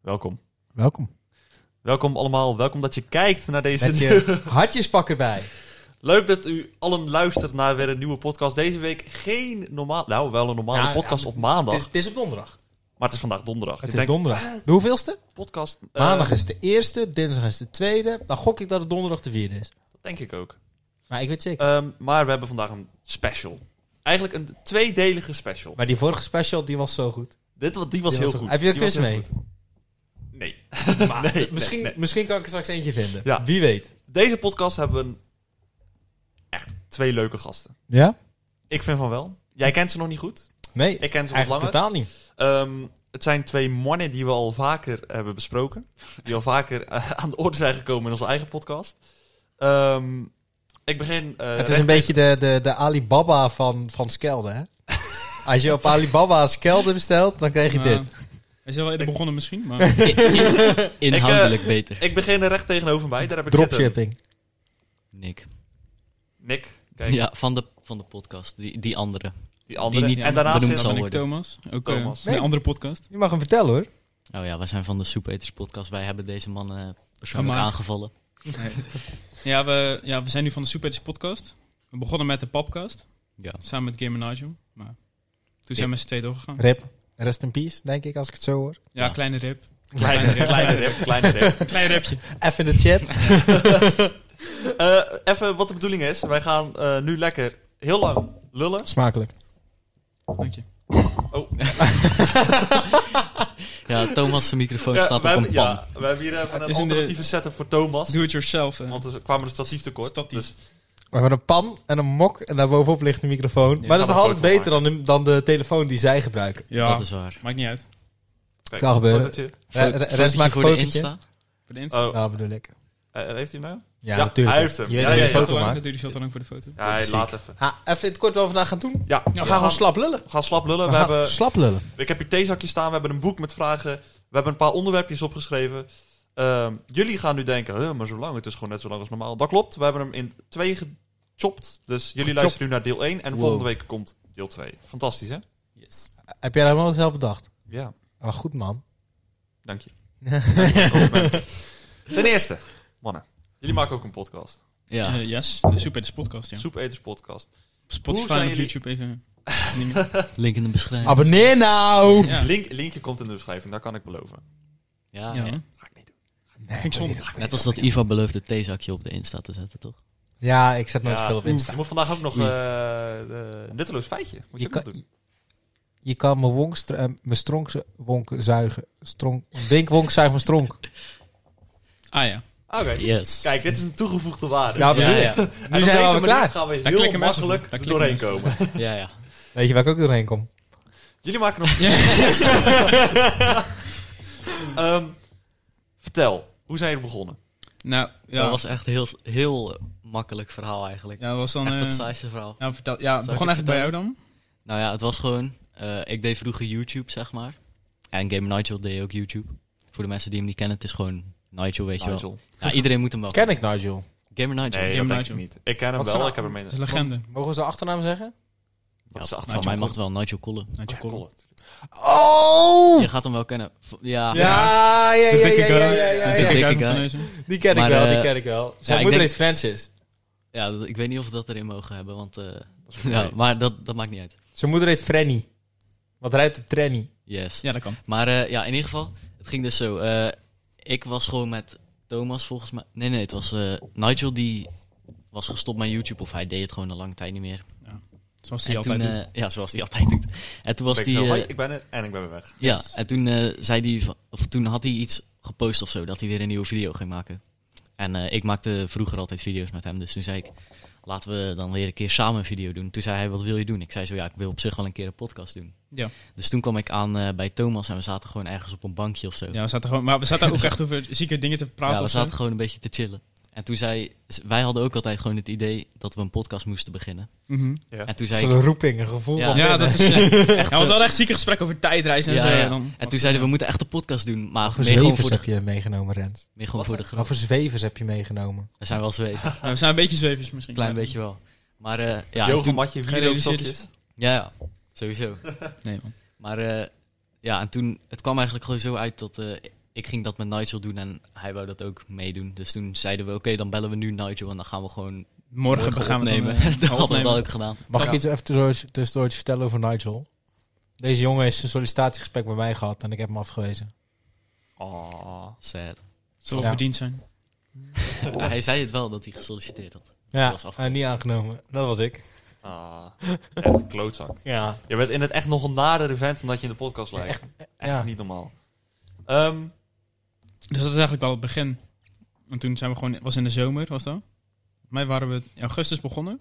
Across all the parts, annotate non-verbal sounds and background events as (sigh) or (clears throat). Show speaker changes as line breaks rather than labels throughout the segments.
Welkom.
Welkom.
Welkom allemaal. Welkom dat je kijkt naar deze.
Met je hartjespak erbij.
(laughs) Leuk dat u allen luistert naar weer een nieuwe podcast. Deze week geen normaal. Nou, wel een normale
Ja,
podcast
ja,
op maandag.
Het is, het is op donderdag.
Maar het is vandaag donderdag.
Het
Ik
is
denk,
donderdag. De hoeveelste?
podcast. eh,
Maandag is de eerste, dinsdag is de tweede. Dan gok ik dat het donderdag de vierde is.
dat Denk ik ook.
Maar ik weet zeker.
Ehm, maar we hebben vandaag een special. Eigenlijk een tweedelige special.
Maar die vorige special, die was zo goed.
Dit, wa- die was
Die
heel
was-
goed.
Heb je een
Die was
quiz
heel
mee?
goed. Nee. (laughs)
Maar
Nee,
d-
nee,
misschien,
nee.
misschien kan ik er straks eentje vinden.
Ja.
Wie weet.
Deze podcast hebben we een- echt twee leuke gasten.
Ja?
Ik vind van wel. Jij kent ze nog niet goed.
Nee,
Ik ken ze wat
eigenlijk
langer.
totaal niet.
Ehm, het zijn twee mannen die we al vaker hebben besproken. Die al vaker eh, (laughs) aan de orde zijn gekomen in onze eigen podcast. Ehm, ik begin... eh,
het is een beetje de, de, de Alibaba van, van Skelde,
(laughs)
hè? Als je op Alibaba Skelde bestelt, dan krijg je
Nou,
dit.
Hij is wel eerder begonnen misschien,
(laughs)
maar...
Inhoudelijk beter.
Ik begin er recht tegenover mij. Daar heb ik zitten.
Dropshipping.
Nick.
Nick. Kijk,
Ja, van de, van de podcast. Die, die andere.
die andere.
die niet
en daarnaast
benoemd
zit...
zal
Dan ben ik
worden.
Thomas, ook eh,
Thomas.
van een
Nee.
andere podcast.
Je mag hem vertellen, hoor.
Oh ja, wij zijn van de Soepeters podcast. Wij hebben deze man eh, persoonlijk
Gemaakt.
aangevallen.
Ja we, ja, we zijn nu van de Super Edits podcast. We begonnen met de podcast,
Ja.
samen met Game Menage, maar toen zijn we met z'n twee doorgegaan.
Rip. Rest in peace, denk ik, als ik het zo hoor.
Ja,
Ja.
kleine rip.
Kleine, kleine rip, kleine rip.
Klein ripje.
Even in de chat.
Eh, even wat de bedoeling is. Wij gaan eh, nu lekker heel lang lullen.
Smakelijk.
Dank je.
ja, Thomas' microfoon
Ja,
staat
we,
op een
hebben,
pan.
ja, we hebben hier even een
Is in de-
alternatieve setup voor Thomas.
Do it yourself. eh.
Want er kwam een statief tekort.
Statief.
Dus
We hebben een pan en een mok en daarbovenop ligt een microfoon. maar dat
kan
is nog
er
altijd
foto van
beter dan de, dan de telefoon die zij gebruiken.
ja,
Dat is waar.
maakt niet uit.
kijk,
Kan gebeuren.
fotootje.
Eh, Re- re-
Fotootje
Rens maakt een
voor de
fotootje.
Insta.
Voor de Insta.
Oh,
Ja, bedoel ik.
eh, heeft hij hem nou?
Ja,
Ja,
natuurlijk.
hij heeft hem.
Je weet
Ja,
dat
ja,
je
ja,
een foto
Veel te lang,
maakt.
Natuurlijk veel te lang voor de foto.
Ja, hij laat even.
Ah, even in het kort wat we vandaag gaan doen.
Ja,
We Nou, gaan gewoon slap lullen.
We gaan slap lullen.
We
We
gaan
hebben,
slap lullen.
ik heb hier theezakjes staan. We hebben een boek met vragen. We hebben een paar onderwerpjes opgeschreven. Ehm, jullie gaan nu denken, "Huh, maar zo lang. Het is gewoon net zo lang als normaal. Dat klopt. We hebben hem in twee gechopt. Dus jullie luisteren nu naar deel 1. En
Wow.
volgende week komt deel 2. Fantastisch, hè?
Yes.
Heb jij dat helemaal zelf bedacht?
Ja,
Maar goed, man.
dank
(laughs)
je. Dank je voor het compliment. Ten eerste, mannen. Jullie maken ook een podcast.
Ja.
Eh, yes, de Super Edits podcast, ja.
Soepeters podcast. Hoe
Spotify
zijn
en op
jullie-
YouTube
(laughs)
even... niet meer.
Link in de beschrijving.
Abonneer nou!
Ja.
Link, linkje komt in de beschrijving. Dat kan ik beloven.
Ja,
Ja,
ja.
hè.
Ga ik niet doen.
Nee,
Vind ik zonde.
weet niet.
Net als dat Iva beloofde het theezakje op de Insta te zetten, toch?
Ja, ik zet nooit
Ja.
spul op Insta.
Je moet vandaag ook nog
Oei.
eh, eh, nutteloos feitje. Moet je,
Je
ook nog doen.
kan, je kan mijn wonk, str- eh, mijn stronk, z- wonk zuigen. Stronk, wink, wonk, zuig mijn stronk.
Ah ja.
Oké.
Yes.
Kijk, dit is een toegevoegde waarde.
(laughs) Ja, bedoel
ja.
je.
En
Nu
op
zijn we
deze
alweer
manier
klaar.
gaan we
Daar
heel
klikken mensen voor.
makkelijk
Daar klikken
doorheen
mensen
komen.
Ja, ja.
Weet je waar ik ook doorheen kom?
Jullie maken nog... (laughs) Ehm, vertel, hoe zijn jullie begonnen?
Nou, ja.
Dat was echt een heel, heel eh, makkelijk verhaal eigenlijk.
ja, dat was dan...
echt het
eh,
saaiste verhaal.
ja, vertel, ja, het
Zal ik
begon
het
eigenlijk bij jou dan.
Nou ja, het was gewoon... eh, ik deed vroeger YouTube, zeg maar. En Game Nigel deed ook YouTube. Voor de mensen die hem niet kennen, het is gewoon Nigel, weet je wel.
Nigel?
Ja, iedereen moet hem wel
Ken ik Nigel?
Gamer Nigel.
Nee, dat
Jim
denk ik
Nigel.
niet. Ik ken hem
Wat
wel,
zijn-
ik heb hem
Dat is
mee.
een legende.
Mogen we zijn achternaam zeggen?
Wat is de
Van mij mag het wel Nigel Collen.
Uit je kolom.
Oh!
Je gaat hem wel kennen. V-
Ja,
Ja,
ja, ja,
De
ja,
dikke
ja, ja,
guy.
ja, ja, ja.
De dikke
ja.
guy van Tennessee.
Die ken ik
Maar,
wel, die
eh,
ken ik wel. Zijn
ik
moeder
denk-
heet Francis.
ja, dat- ik weet niet of we dat erin mogen hebben, want... eh, (laughs)
wel.
ja, maar dat, dat maakt niet uit.
Zijn moeder heet Frenny. Wat rijdt op Trenny?
Yes.
Ja, dat kan.
Maar eh, ja, in ieder geval, het ging dus zo. Eh, ik was gewoon met Thomas volgens mij... Nee, nee, het was eh, Nigel die was gestopt met YouTube. Of hij deed het gewoon een lange tijd niet meer.
Zoals hij
en
altijd
toen,
doet.
eh, ja, zoals hij altijd doet. En toen was
Ik,
die... eh,
ik ben er en ik ben weer weg.
Ja, en toen, eh, zei hij, van- of toen had hij iets gepost of zo, dat hij weer een nieuwe video ging maken. En eh, ik maakte vroeger altijd video's met hem, dus toen zei ik, laten we dan weer een keer samen een video doen. Toen zei hij, wat wil je doen? Ik zei zo, ja, ik wil op zich wel een keer een podcast doen.
Ja.
Dus toen kwam ik aan eh, bij Thomas en we zaten gewoon ergens op een bankje of zo.
Ja, we zaten gewoon, maar we zaten ook echt over zieke dingen te praten.
eh, Ja, we
of zo.
zaten gewoon een beetje te chillen. En toen zei, wij hadden ook altijd gewoon het idee dat we een podcast moesten beginnen.
Mhm.
Ja.
En toen zei ik,
Zo'n roeping, een gevoel
Ja.
van
Ja,
binnen.
dat is. eh, ja,
(laughs) echt
we
zo-
hadden echt zieke gesprekken over tijdreizen en
Ja,
zo.
ja.
En, dan,
En toen zeiden we, we moeten echt een podcast doen, maar
Wat voor
meer gewoon
zwevers
voor
heb
de,
je meegenomen, Rens?
meer gewoon voor de grap.
Wat voor zwevers heb je meegenomen?
We zijn wel zweet.
Ja, we zijn een beetje zwevers misschien.
Klein
Ja.
beetje wel. Maar eh, ja, en
Yoga
toen,
matje,
Gerealiseerd
wierookstokjes.
ja, ja, sowieso.
Nee, man.
Maar eh, ja, en toen, het kwam eigenlijk gewoon zo uit dat eh, ik ging dat met Nigel doen en hij wou dat ook meedoen. Dus toen zeiden we, oké, dan bellen we nu Nigel en dan gaan we gewoon
Morgen,
morgen
gaan we het
opnemen. (laughs)
dan, eh,
dat hadden we
opnemen.
dan ook gedaan.
Mag
Ja.
ik iets even tussendoor- tussendoor iets vertellen over Nigel? Deze jongen heeft een sollicitatiegesprek bij mij gehad en ik heb hem afgewezen.
Oh.
Sad.
Zullen
Ja.
verdiend zijn.
hij zei het wel, dat hij gesolliciteerd had.
Ja,
was
en
afgewezen.
niet aangenomen. Dat was ik.
Ah, echt een klootzak.
Ja.
Je bent in het echt nog een nader event dan dat je in de podcast lijkt. Echt,
ja.
niet normaal. Ehm,
Dus dat is eigenlijk wel het begin. En toen zijn we gewoon, was in de zomer, was dat? Mij waren we in augustus begonnen.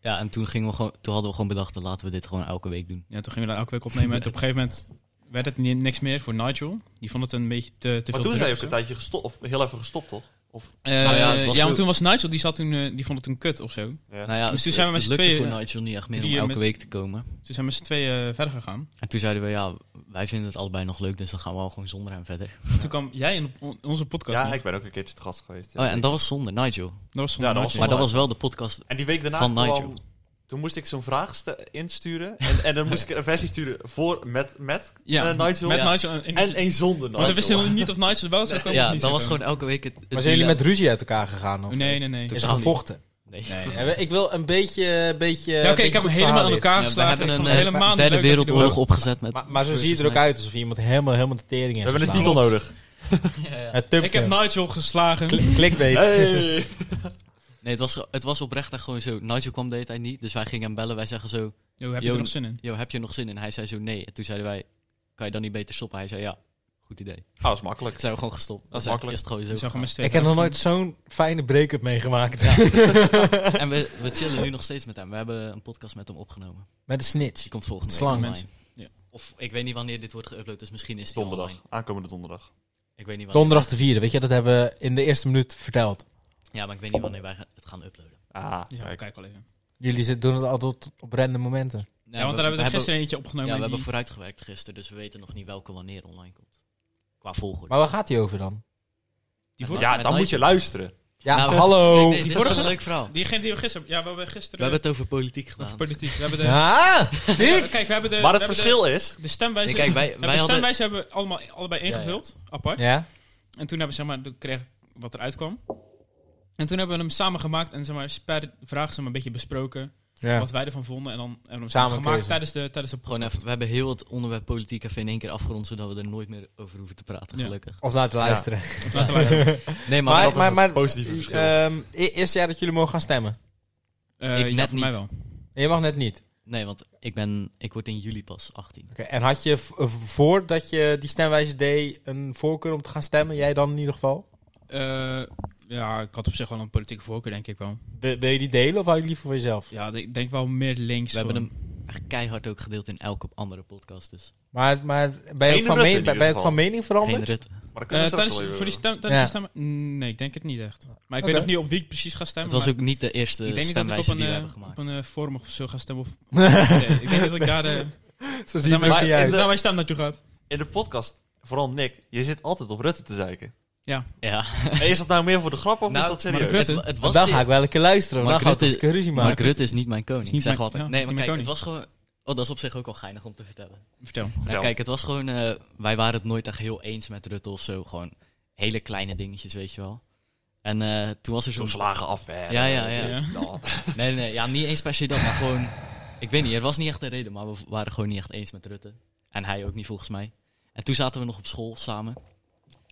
Ja, en toen, gingen we gewoon, toen hadden we gewoon bedacht, dan laten we dit gewoon elke week doen.
Ja, toen gingen we dat elke week opnemen. En op een gegeven moment werd het ni- niks meer voor Nigel. Die vond het een beetje te, te veel.
maar toen
druk
zijn je
of
ook een
zo.
tijdje gestopt, of heel even gestopt, toch? Of,
Eh,
Nou ja,
ja,
het was
want
zo-
toen was Nigel, die, zat toen, eh, die vond het toen kut of zo.
ja.
Nou ja,
Dus toen
het-
zijn we met
het
z'n
lukte
tweeën,
voor Nigel niet echt meer om
drieën
elke
met-
week te komen.
Toen zijn we met z'n tweeën eh, verder gegaan.
En toen zeiden we, ja, wij vinden het allebei nog leuk, dus dan gaan we al gewoon zonder hem verder.
En toen kwam jij in on- onze podcast.
ja,
nog.
ik ben ook een keertje te gast geweest.
Oh ja, en dat was zonder Nigel.
Dat was zonder
Ja, dat was
Nigel.
Maar dat
Nigel.
was wel de podcast.
En die week daarna
Van
kwam-
Nigel.
Toen moest ik zo'n vraag ste- insturen. En, en dan moest ik een versie sturen voor, met, met
ja,
eh, Nigel.
Met
Ja.
Nigel en, en,
En één zonder
Want dan wist
Nigel.
je niet of Nigel wel zou komen of
(laughs) Ja,
niet
dat
zou
was gewoon
komen.
elke week het. het
Maar zijn jullie
dilemma.
met ruzie uit elkaar gegaan? Of
Nee, nee, nee.
Toen-
Is er
Totaal niet.
gevochten?
Nee.
Ja, ik wil een beetje... beetje
Ja, oké, ik heb hem helemaal aan elkaar
eh, Ja, we
geslagen.
hebben
Ik
een
vond
eh,
het helemaal niet
derde
leuk dat hij er
wereldoorlog
was.
opgezet met.
Maar, maar zo zie je er ook uit alsof iemand helemaal, helemaal de tering
We
heeft
hebben een
geslagen.
titel nodig.
Het tupje.
Ik heb Nigel geslagen.
Klik- clickbait.
(laughs) Hey.
Nee, het was, het was oprecht echt gewoon zo. Nigel kwam de hele tijd niet, dus wij gingen hem bellen. Wij zeggen zo:
Yo, heb je
Yo,
er nog zin in?
Yo, heb je nog zin in? Hij zei zo: Nee. En toen zeiden wij: Kan je dan niet beter stoppen? Hij zei: Ja, goed idee. Toen
Oh, dat is makkelijk.
zijn we gewoon gestopt.
Dat is
Toen
makkelijk.
Is het gewoon zo.
Ik
(laughs)
zag hem
gegaan.
eens twee
Ik heb nog
dagen.
nooit zo'n fijne break-up meegemaakt.
En we, we chillen nu nog steeds met hem. We hebben een podcast met hem opgenomen.
Met een snitch.
Die komt volgende week
Slang.
online.
Ja.
Of ik weet niet wanneer dit wordt geüpload, dus misschien is het
Donderdag. Aankomende donderdag.
Ik weet niet wanneer.
Donderdag de vierde, weet je, dat hebben we in de eerste minuut verteld.
Ja, maar ik weet niet wanneer wij het gaan uploaden.
Ah,
Ja,
kijk.
kijk wel even.
Jullie zit- doen het altijd op random momenten.
Ja, want daar hebben we er gisteren eentje
Ja,
opgenomen.
we
die-
hebben vooruitgewerkt gisteren, dus we weten nog niet welke wanneer online komt. Qua volgorde.
Maar waar gaat die over dan?
die
voor-
voor-
Ja,
met
dan moet je
Nigel.
luisteren.
Ja, (laughs)
Nou,
hallo!
(laughs) Nee, nee, dit is wel een leuk verhaal.
Diegene die we gisteren... Ja, we hebben
We
gisteren...
hebben het over politiek
over
gedaan.
politiek. We hebben de...
Ja, ik!
Kijk, we hebben de...
Maar het
Eh, we hebben
verschil is...
De, de stemwijze...
Nee, kijk, wij-
we hebben
wij
de
hadden-
stemwijze hebben we allemaal, allebei ingevuld, apart.
Ja?
En toen hebben we, zeg maar, toen kreeg ik wat eruit kwam. En toen hebben we hem samen gemaakt en zeg maar, per vraag zeg maar, een beetje besproken.
ja.
Wat wij ervan vonden. En dan hebben we hem
Samen
samen gemaakt
keuze.
tijdens de, tijdens de
Gewoon even, we hebben heel het onderwerp politiek even in één keer afgerond, zodat we er nooit meer over hoeven te praten,
Ja.
gelukkig.
Of naar te luisteren.
(laughs) Laten wij-
Nee, maar,
Maar,
dat
maar,
is-
maar,
positieve verschil.
ehm, e- eerste jaar dat jullie mogen gaan stemmen.
Eh,
(laughs) Ik
ja,
net
voor mij wel.
Je mag net niet.
Nee, want ik, ben, ik word in juli pas 18.
Oké. En had je v- voordat je die stemwijze deed een voorkeur om te gaan stemmen? Jij dan in ieder geval?
Eh, ja, ik had op zich wel een politieke voorkeur, denk ik wel.
Wil wil je die delen of hou je die liever voor jezelf?
Ja, ik denk wel meer links.
We hebben
gewoon.
hem echt keihard ook gedeeld in elke andere podcast, dus
Maar, maar ben je
Geen
ook
Rutte
van, meen-
in ieder
ben je ook
geval.
van mening
geen
veranderd?
Rutte.
Maar dan
Eh,
kunnen we straks
tijdens,
wel
voor die
weer-
stem, tijdens
Ja.
de stemmen? Nee, ik denk het niet echt. Maar ik
Oké.
weet nog niet op wie ik precies ga
Het
stemmen.
was
maar
ook niet de eerste
ik denk niet dat ik op
stemwijze
een,
die we
eh,
hebben
op
gemaakt.
een eh, forum of zo ga stemmen.
(laughs)
Of, nee, ik denk dat ik daar... eh
Zo
naar
er
mijn-
niet uit.
naar mijn stem naartoe gaat.
In de podcast, vooral Nick, je zit altijd op Rutte te zeiken.
Ja,
Ja.
En is dat nou meer voor de grap of
Nou,
is dat serieus?
maar Rutte-
Het, het was
Dan ga ik wel een keer luisteren, want
Mark
dan gaat het
Rutte-
een ruzie
Mark
maken.
Rutte is niet mijn koning.
Is niet
zeg
mijn-
altijd.
ja,
nee,
is
maar
niet
kijk,
mijn
het was gewoon... Oh, dat is op zich ook wel geinig om te vertellen.
vertel.
Vertel.
Nou, kijk, het was gewoon... eh, wij waren het nooit echt heel eens met Rutte of zo. Gewoon hele kleine dingetjes, weet je wel. En eh, toen was er
Toen
zo'n...
slagen af, hè.
Ja, ja, ja.
Ja.
Dan.
Nee, nee, nee, ja, niet eens per se dat, maar gewoon... Ik weet niet, er was niet echt een reden, maar we waren gewoon niet echt eens met Rutte. En hij ook niet, volgens mij. En toen zaten we nog op school samen.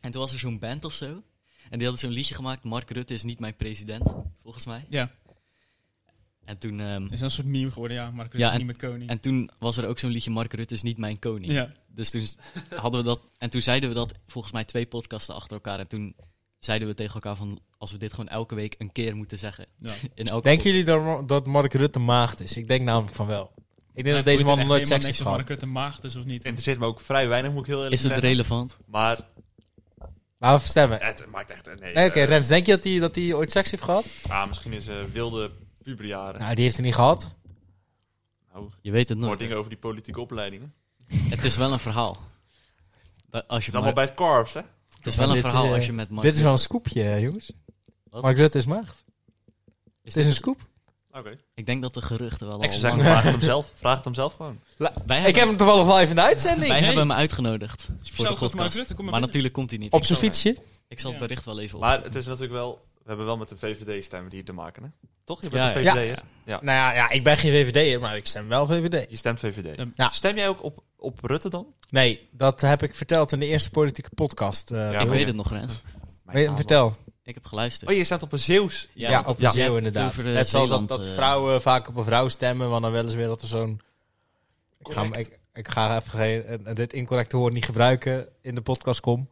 En toen was er zo'n band of zo. En die hadden zo'n liedje gemaakt, Mark Rutte is niet mijn president, volgens mij.
Ja,
En toen, ehm,
is een soort meme geworden. Ja, Mark Rutte
Ja,
is
en-
niet meer koning.
en toen was er ook zo'n liedje, Mark Rutte is niet mijn koning.
ja.
Dus toen s- hadden we dat. En toen zeiden we dat volgens mij twee podcasten achter elkaar. En toen zeiden we tegen elkaar van als we dit gewoon elke week een keer moeten zeggen.
ja.
In elke
Denken
pod-
jullie dat, dat Mark Rutte maagd is? Ik denk namelijk van wel. Ik denk dat deze man nog nooit seks heeft gehad.
Mark Rutte maagd is of niet. Nou,
Interesseert me ook vrij weinig, moet ik heel eerlijk
Is het
zeggen.
relevant?
Maar
Laten we even stemmen.
het maakt echt... Nee,
Nee, Oké,
eh,
Rems, denk je dat hij dat hij ooit seks heeft gehad?
ah, misschien is eh wilde puberjaren.
Nou, die heeft hij niet gehad.
Nou,
Je weet het
hoor
nooit.
dingen over die politieke opleidingen.
Het is wel een verhaal. Da- Als
Het
je
is allemaal
Mark-
bij het korps, hè?
het is wel een
Dit is,
verhaal
eh,
als je met Mark
Dit is wel
Rutte-
een scoopje, hè, jongens.
Wat?
Mark Rutte is maagd.
Is
Het is een
dit-
scoop.
Oké.
Ik denk dat de geruchten wel
Ik zou
al
zeggen,
lang-
vraag het hem zelf. Vraag het hem zelf gewoon.
Wij
Ik heb
hebben,
hem toevallig live in de uitzending.
wij
Hey.
hebben hem uitgenodigd voor de
Zelfs als Mark
podcast.
Rutte, kom maar
Maar
binnen.
natuurlijk komt hij niet.
Op
Ik
zijn
zal-
fietsje.
Ik zal het
Ja.
bericht wel even op.
Maar het is natuurlijk wel... We hebben wel met de VVD stemmen die het te maken, hè? Toch? Je bent
Ja,
een
ja.
VVD'er.
Nou ja, ja, ik ben geen VVD'er, maar ik stem wel VVD.
Je stemt VVD.
Stem.
Ja.
Stem jij ook op, op Rutte dan?
Nee, dat heb ik verteld in de eerste politieke podcast. eh,
Ja,
Ik
Jeroen.
weet het nog, Rens.
Weet- vertel.
Ik heb geluisterd.
Oh, je stemt op een Zeeuws.
Ja,
want-
op de
ja.
Zeeuw inderdaad.
Over, eh,
Net zoals dat,
Zeeland,
dat
eh,
vrouwen vaak op een vrouw stemmen, want dan willen ze weer dat er zo'n... Ik ga, hem-
Correct.
ik, ik ga even geen- eh, dit incorrecte woord niet gebruiken in de podcast kom.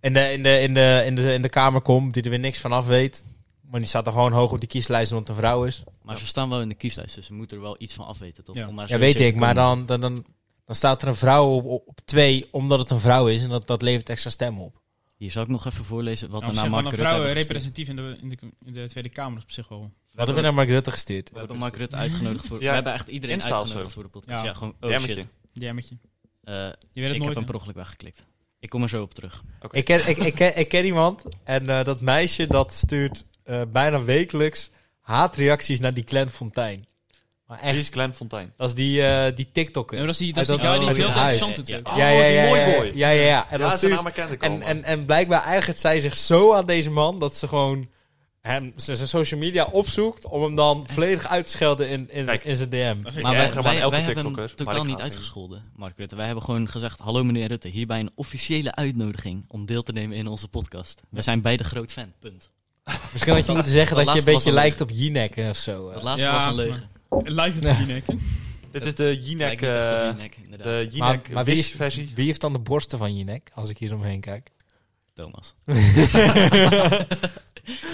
In de, in de, in de, in de, in de kamer kom, die er weer niks van af weet. Maar die staat er gewoon hoog op die kieslijst omdat het een vrouw is.
Maar ze staan wel in de kieslijst, dus ze moeten er wel iets van afweten, toch?
Ja.
Om daar
Ja,
zo
weet
zeker
ik,
te
maar
komen.
dan, dan, dan, dan staat er een vrouw op, op twee omdat het een vrouw is en dat, dat levert extra stemmen op.
Hier zal ik nog even voorlezen
Nou,
wat we
op
naar
zich
Mark
van een
Rutte
vrouw
hebben gestuurd.
representatief in de, in, de, in de Tweede Kamer is op zich wel.
Wat hebben we naar Mark Rutte gestuurd?
We hebben Mark Rutte uitgenodigd voor...
Ja.
We hebben echt iedereen
Insta of
uitgenodigd
zo.
voor de podcast.
Ja.
Ja, gewoon... Oh
Jammetje.
shit.
Jammetje.
Eh,
Je weet het
ik heb
nooit.
hem
hè?
per ongeluk weggeklikt. Ik kom er zo op terug.
Ik ken, ik, ik, ken, ik ken iemand en eh, dat meisje dat stuurt eh, bijna wekelijks haatreacties naar die Clan Fontijn. Maar
Wie
echt,
is Glenn Fontijn?
dat is die, eh die TikToker.
Ja, maar dat is die, dat
Uit
is die
dat-
guy die
oh,
veel
uit
te
het
interessant
huis.
is ook.
Oh, die mooi boy.
Ja, ja, ja.
Ja,
En dan
zijn
stuurt
naam herkende ik al,
en,
maar-
en, en blijkbaar eigent zij zich zo aan deze man dat ze gewoon hem, ze zijn social media opzoekt om hem dan volledig uit te schelden in, in,
Kijk.
in zijn DM.
Dat is-
Maar-
Ja,
erger dan
wij, wij-
elke
wij hebben hem
TikToker, maar ik
totaal
ga
niet
het
uitgescholden, Mark Rutte. Wij hebben gewoon gezegd, hallo meneer Rutte, hierbij een officiële uitnodiging om deel te nemen in onze podcast. We zijn beide groot fan, punt.
Misschien had je moeten
(laughs)
zeggen dat,
dat
je een
laatste
beetje
was
lijkt op Jinek of zo. eh.
Dat laatste
Ja,
was een leugen.
Lijkt het niet, nek.
Dit is de
Lijkt
Jinek...
niet echt op die
eh,
nek, inderdaad.
De
Maar,
Jinek
maar wie, is,
versie
wie heeft dan de borsten van Jinek, als ik hier omheen kijk?
Thomas.
Ja,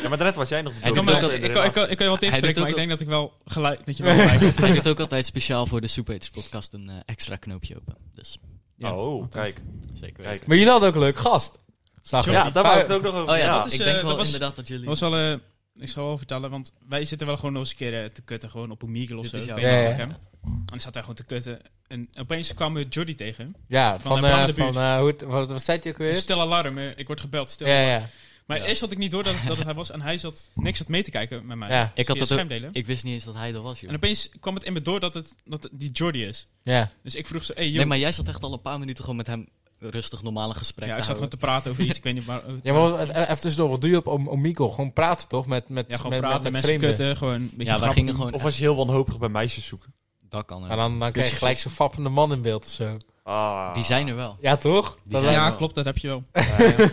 maar daarnet was jij nog de
Hij
Ik kan,
dominee
doet
wel-
ook al-
in
ik,
de
kan, ik, kan,
relatie.
ik kan je wel
Hij doet
tegenspreken, maar
ook
ik denk dat ik wel gelijk,
(laughs)
dat je wel gelijk hebt.
Hij doet ook altijd speciaal voor de Super Haters podcast een eh, extra knoopje open. Dus
Ja,
Oh,
altijd.
kijk.
zeker
Kijk.
weten.
Maar jullie hadden ook een leuk gast. Zag ik.
Ja, daar wou ik het ook nog over.
Oh ja,
ja.
dat is, ik
eh,
denk
dat
wel
was-
inderdaad dat jullie...
Dat was wel, eh, ik zal wel vertellen, want wij zitten wel gewoon nog eens een keer eh, te kutten, gewoon op een meagle of
Dit
zo.
is jouw-
Ik weet niet
Ja,
welke.
ja.
En dan zat hij gewoon te kutten. En opeens kwamen we Jordi tegen.
Ja,
Van,
van,
eh,
eh,
Bram de
van
Buurt.
eh, hoe het, wat, wat zei hij ook weer?
Stel alarm, eh, ik word gebeld, stil.
Ja, ja.
Maar
Ja.
eerst had ik niet door dat, dat het hij was en hij zat niks aan het mee te kijken met mij.
Ja,
Dus
ik had
via
dat ook-
schermdelen.
Ik wist niet eens dat hij er was, joh.
En opeens kwam het in me door dat het dat het die Jordi is.
ja.
Dus ik vroeg ze, hey, joh.
Nee, maar jij zat echt al een paar minuten gewoon met hem rustig normale gesprekken
ja, ik
te
zat gewoon
houden.
te praten over iets, ik weet niet waar. over-
Ja, maar wat- eh, even tussendoor, wat doe je op Om- Omegle? Gewoon praten toch? Met, met,
Ja, gewoon
met,
praten,
met, met
mensen
vreemden.
kutten, gewoon een beetje
Ja, wij
grappen
gingen
doen.
gewoon...
Of als je heel wanhopig bij meisjes zoeken.
Dat kan er.
Maar dan, dan krijg je gelijk zo'n fappende man in beeld of zo.
Ah.
Die zijn er wel.
Ja, toch? Dat
zijn-
lijkt-
Ja,
Ja.
klopt, dat heb je wel.